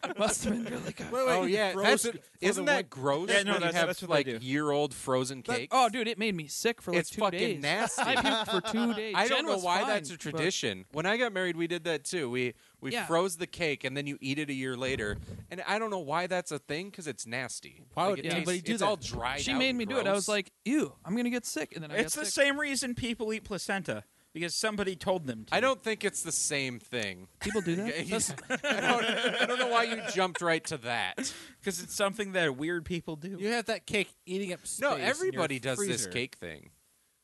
Must have been really good. Oh yeah, that's, froze it for isn't the that gross? Yeah, no, when you that's- have that's what they like do. year-old frozen cake. Oh dude, it made me sick for like it's two fucking days. nasty. I puked for two days. I don't Jen know was why fine, that's a but- tradition. When I got married, we did that too. We we Yeah. froze the cake and then you eat it a year later. And I don't know why that's a thing because it's nasty. Why Like, would it anybody tastes- do it's that? all dried. She out made and me do it. I was gross. like, ew, I'm gonna get sick, and then I it's got the sick. same reason people eat placenta because somebody told them to. I don't think it's the same thing. People do that. I don't, I don't know why you jumped right to that. because it's something that weird people do. You have that cake eating up space. No, in your everybody does this freezer. cake thing.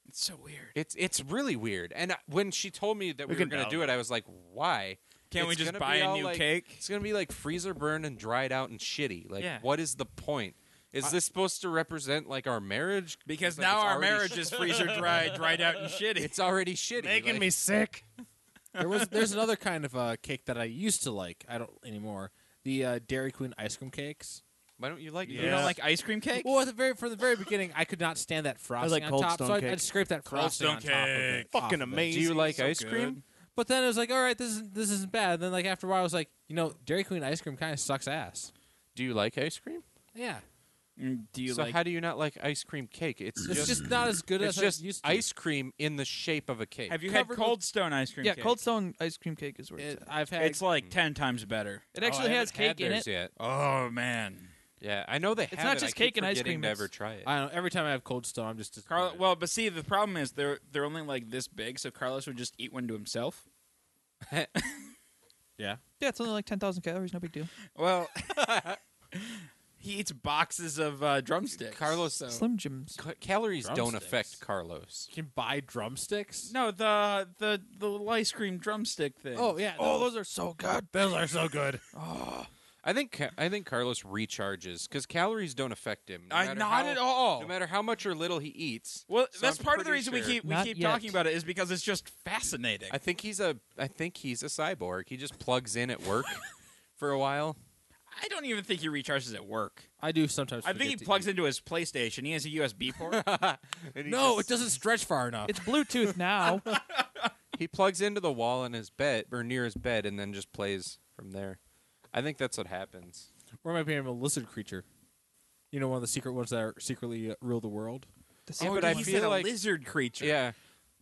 It's so weird. It's it's really weird. And I- when she told me that we, We were can going to do download it, I was like, why? Can't we It's just gonna buy be a all, new like- cake? It's going to be like freezer burned and dried out and shitty. Like, Yeah. what is the point? Is this supposed to represent like our marriage? Because Like, now it's our already marriage sh- is freezer dried, dried out and shitty. It's already shitty. Making like- me sick. There was there's another kind of uh, cake that I used to like. I don't anymore. The uh, Dairy Queen ice cream cakes. Why don't you like? You don't Yeah. like ice cream cake? Well, at the very from the very beginning, I could not stand that frosting like on Cold top, Stone so I'd, cake. I'd scrape that Cold frosting Stone on top of cake. it. off Fucking of it. Do amazing. you like So ice good. cream? But then it was like, all right, this isn't this isn't bad. then like after a while, I was like, you know, Dairy Queen ice cream kind of sucks ass. Do you like ice cream? Yeah, Mm, Do you so like? how do you not like ice cream cake? It's just, it's just not as good it's as just I used to. ice cream in the shape of a cake. Oh, have you had covered Cold Stone ice cream? yeah, cake? Hmm. Cold Stone ice cream cake is where it's It, at. I've had It's like ten times better. Oh, It actually has cake in it. Yet. Oh man, Yeah, I know they have. not it. I just keep cake and ice forgetting cream, To it's- ever try it. I don't know, every time I have Cold Stone, I'm just Carl. disappointed. Well, but see, the problem is they're they're only like this big, so Carlos would just eat one to himself. yeah. Yeah, it's only like ten thousand calories. No big deal. Well, he eats boxes of uh, drumsticks. Carlos, so. Slim Jims. Ca- calories don't Drumsticks. affect Carlos. You can buy drumsticks. No, the the the little ice cream drumstick thing. Oh yeah. Oh, those are so good. those are so good. I think ca- I think Carlos recharges because calories don't affect him. No I- matter not how- at all. No matter how much or little he eats. Well, So that's I'm part of the pretty reason sure- we keep we Not keep yet. talking about it is because it's just fascinating. I think he's a. I think he's a cyborg. He just plugs in at work for a while. I don't even think he recharges at work. I do sometimes. I think he plugs into his PlayStation. He has a USB port. and he No, just- it doesn't stretch far enough. It's Bluetooth Oh, now. He plugs into the wall in his bed or near his bed, and then just plays from there. I think that's what happens. or am I being a lizard creature? you know, one of the secret ones that are secretly uh, rule the world. The Yeah, secret but I one. He's feel like a like- lizard creature. Yeah,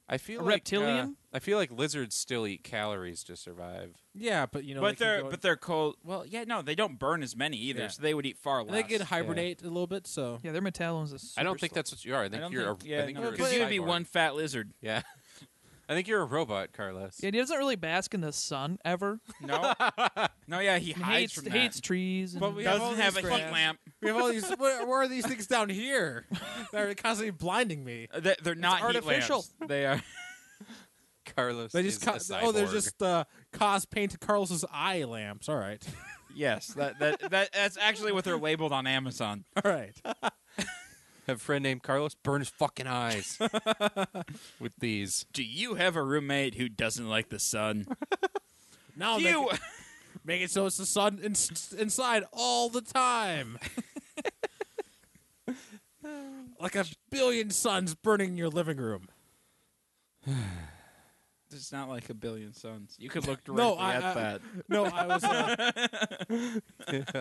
I A feel like, uh, reptilian? I feel like lizards still eat calories to survive. Yeah, but you know, but they they're can go- but they're cold. Well, yeah, no, they don't burn as many either, Yeah. so they would eat far less. and they can hibernate a little bit. So Yeah, their metabolism is. I don't super think slow. that's what you are. I I think don't you're. think- a, yeah, I think no, you're a 'cause you'd be cyborg. one fat lizard. Yeah, I think you're a robot, Carlos. Yeah, he doesn't really bask in the sun ever. No, no, yeah, he hides hates from that. hates trees. And But we have all Doesn't have a these heat grass. lamp. we have all these. Where, where are these things down here that are constantly blinding me? Uh, They, they're not heat artificial. lamps. They are. Carlos. They just is co- a cyborg. oh, they're just uh, cause painted Carlos's eye lamps. All right, Yes, that, that that that's actually what they're labeled on Amazon. all right. have a friend named Carlos burn his fucking eyes with these. Do you have a roommate who doesn't like the sun? Now make you it, make it so it's the sun in- inside all the time, like a billion suns burning your living room. It's not like a billion suns. You could look directly No, I- at I- that. No, I was. Uh,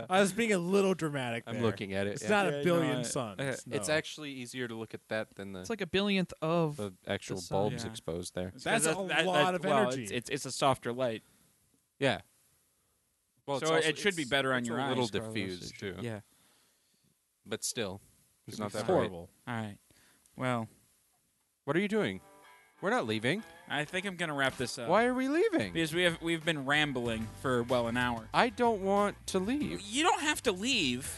I was being a little dramatic. I'm there. looking at it. It's yeah. not Yeah, a billion no, I- suns. Okay, It's no. actually easier to look at that than the It's like a billionth of. the actual the sun. bulbs Yeah. exposed there. It's 'cause That's a lot of well, energy. It's, it's it's a softer light. Yeah. Well, So it should be better on it's your a little eyes, Carlos. diffused too. Yeah. But still, it's not that It's bright. horrible. All right. Well, What are you doing? We're not leaving. I think I'm gonna wrap this up. Why are we leaving? Because we have we've been rambling for well an hour. I don't want to leave. You don't have to leave.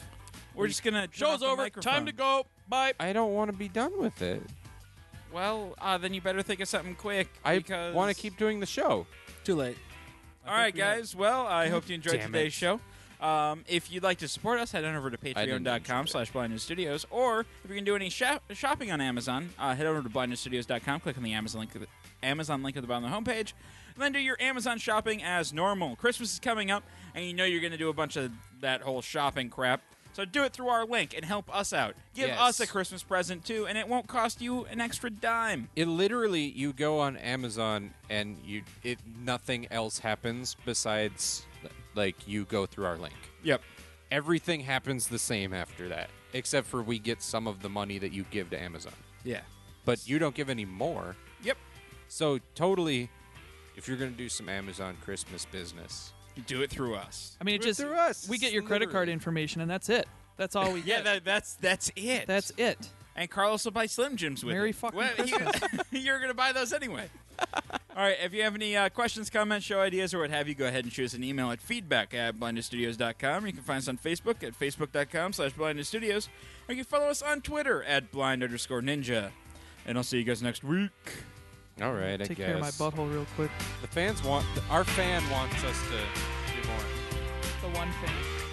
We're just gonna turn off Show's the over. Time microphone. to go. Bye. I don't want to be done with it. Well, uh, then you better think of something quick. I because... want to keep doing the show. Too late. All right, guys. Well, I hope you enjoyed Damn today's it. show. Um, if you'd like to support us, head on over to didn't patreon.com enjoy slash blind News studios. Or if you can do any shop- shopping on Amazon, uh, head over to blindnewsstudios.com, click on the Amazon link, to the Amazon link at the bottom of the homepage, and then do your Amazon shopping as normal. Christmas is coming up, and you know you're going to do a bunch of that whole shopping crap. So do it through our link and help us out. Give Yes. us a Christmas present too, and it won't cost you an extra dime. It literally, you go on Amazon and you, it nothing else happens besides like you go through our link. Yep. Everything happens the same after that, except for we get some of the money that you give to Amazon. Yeah. But you don't give any more. Yep. So totally, if you're gonna do some Amazon Christmas business, Do it through us. I mean, it Do it just through us. we get your credit card Literally. information and that's it. That's all we Yeah, get. that, that's that's it. that's it. And Carlos will buy Slim Jims with Merry it. fucking he- you're going to buy those anyway. All right. If you have any uh, questions, comments, show ideas, or what have you, go ahead and shoot us an email at feedback at blindnessstudios.com. You can find us on Facebook at facebook.com slash blindnessstudios. Or you can follow us on Twitter at blind underscore ninja. And I'll see you guys next week. all right, I Take guess care of my butthole real quick. the fans want our fan wants us to do more. The one thing.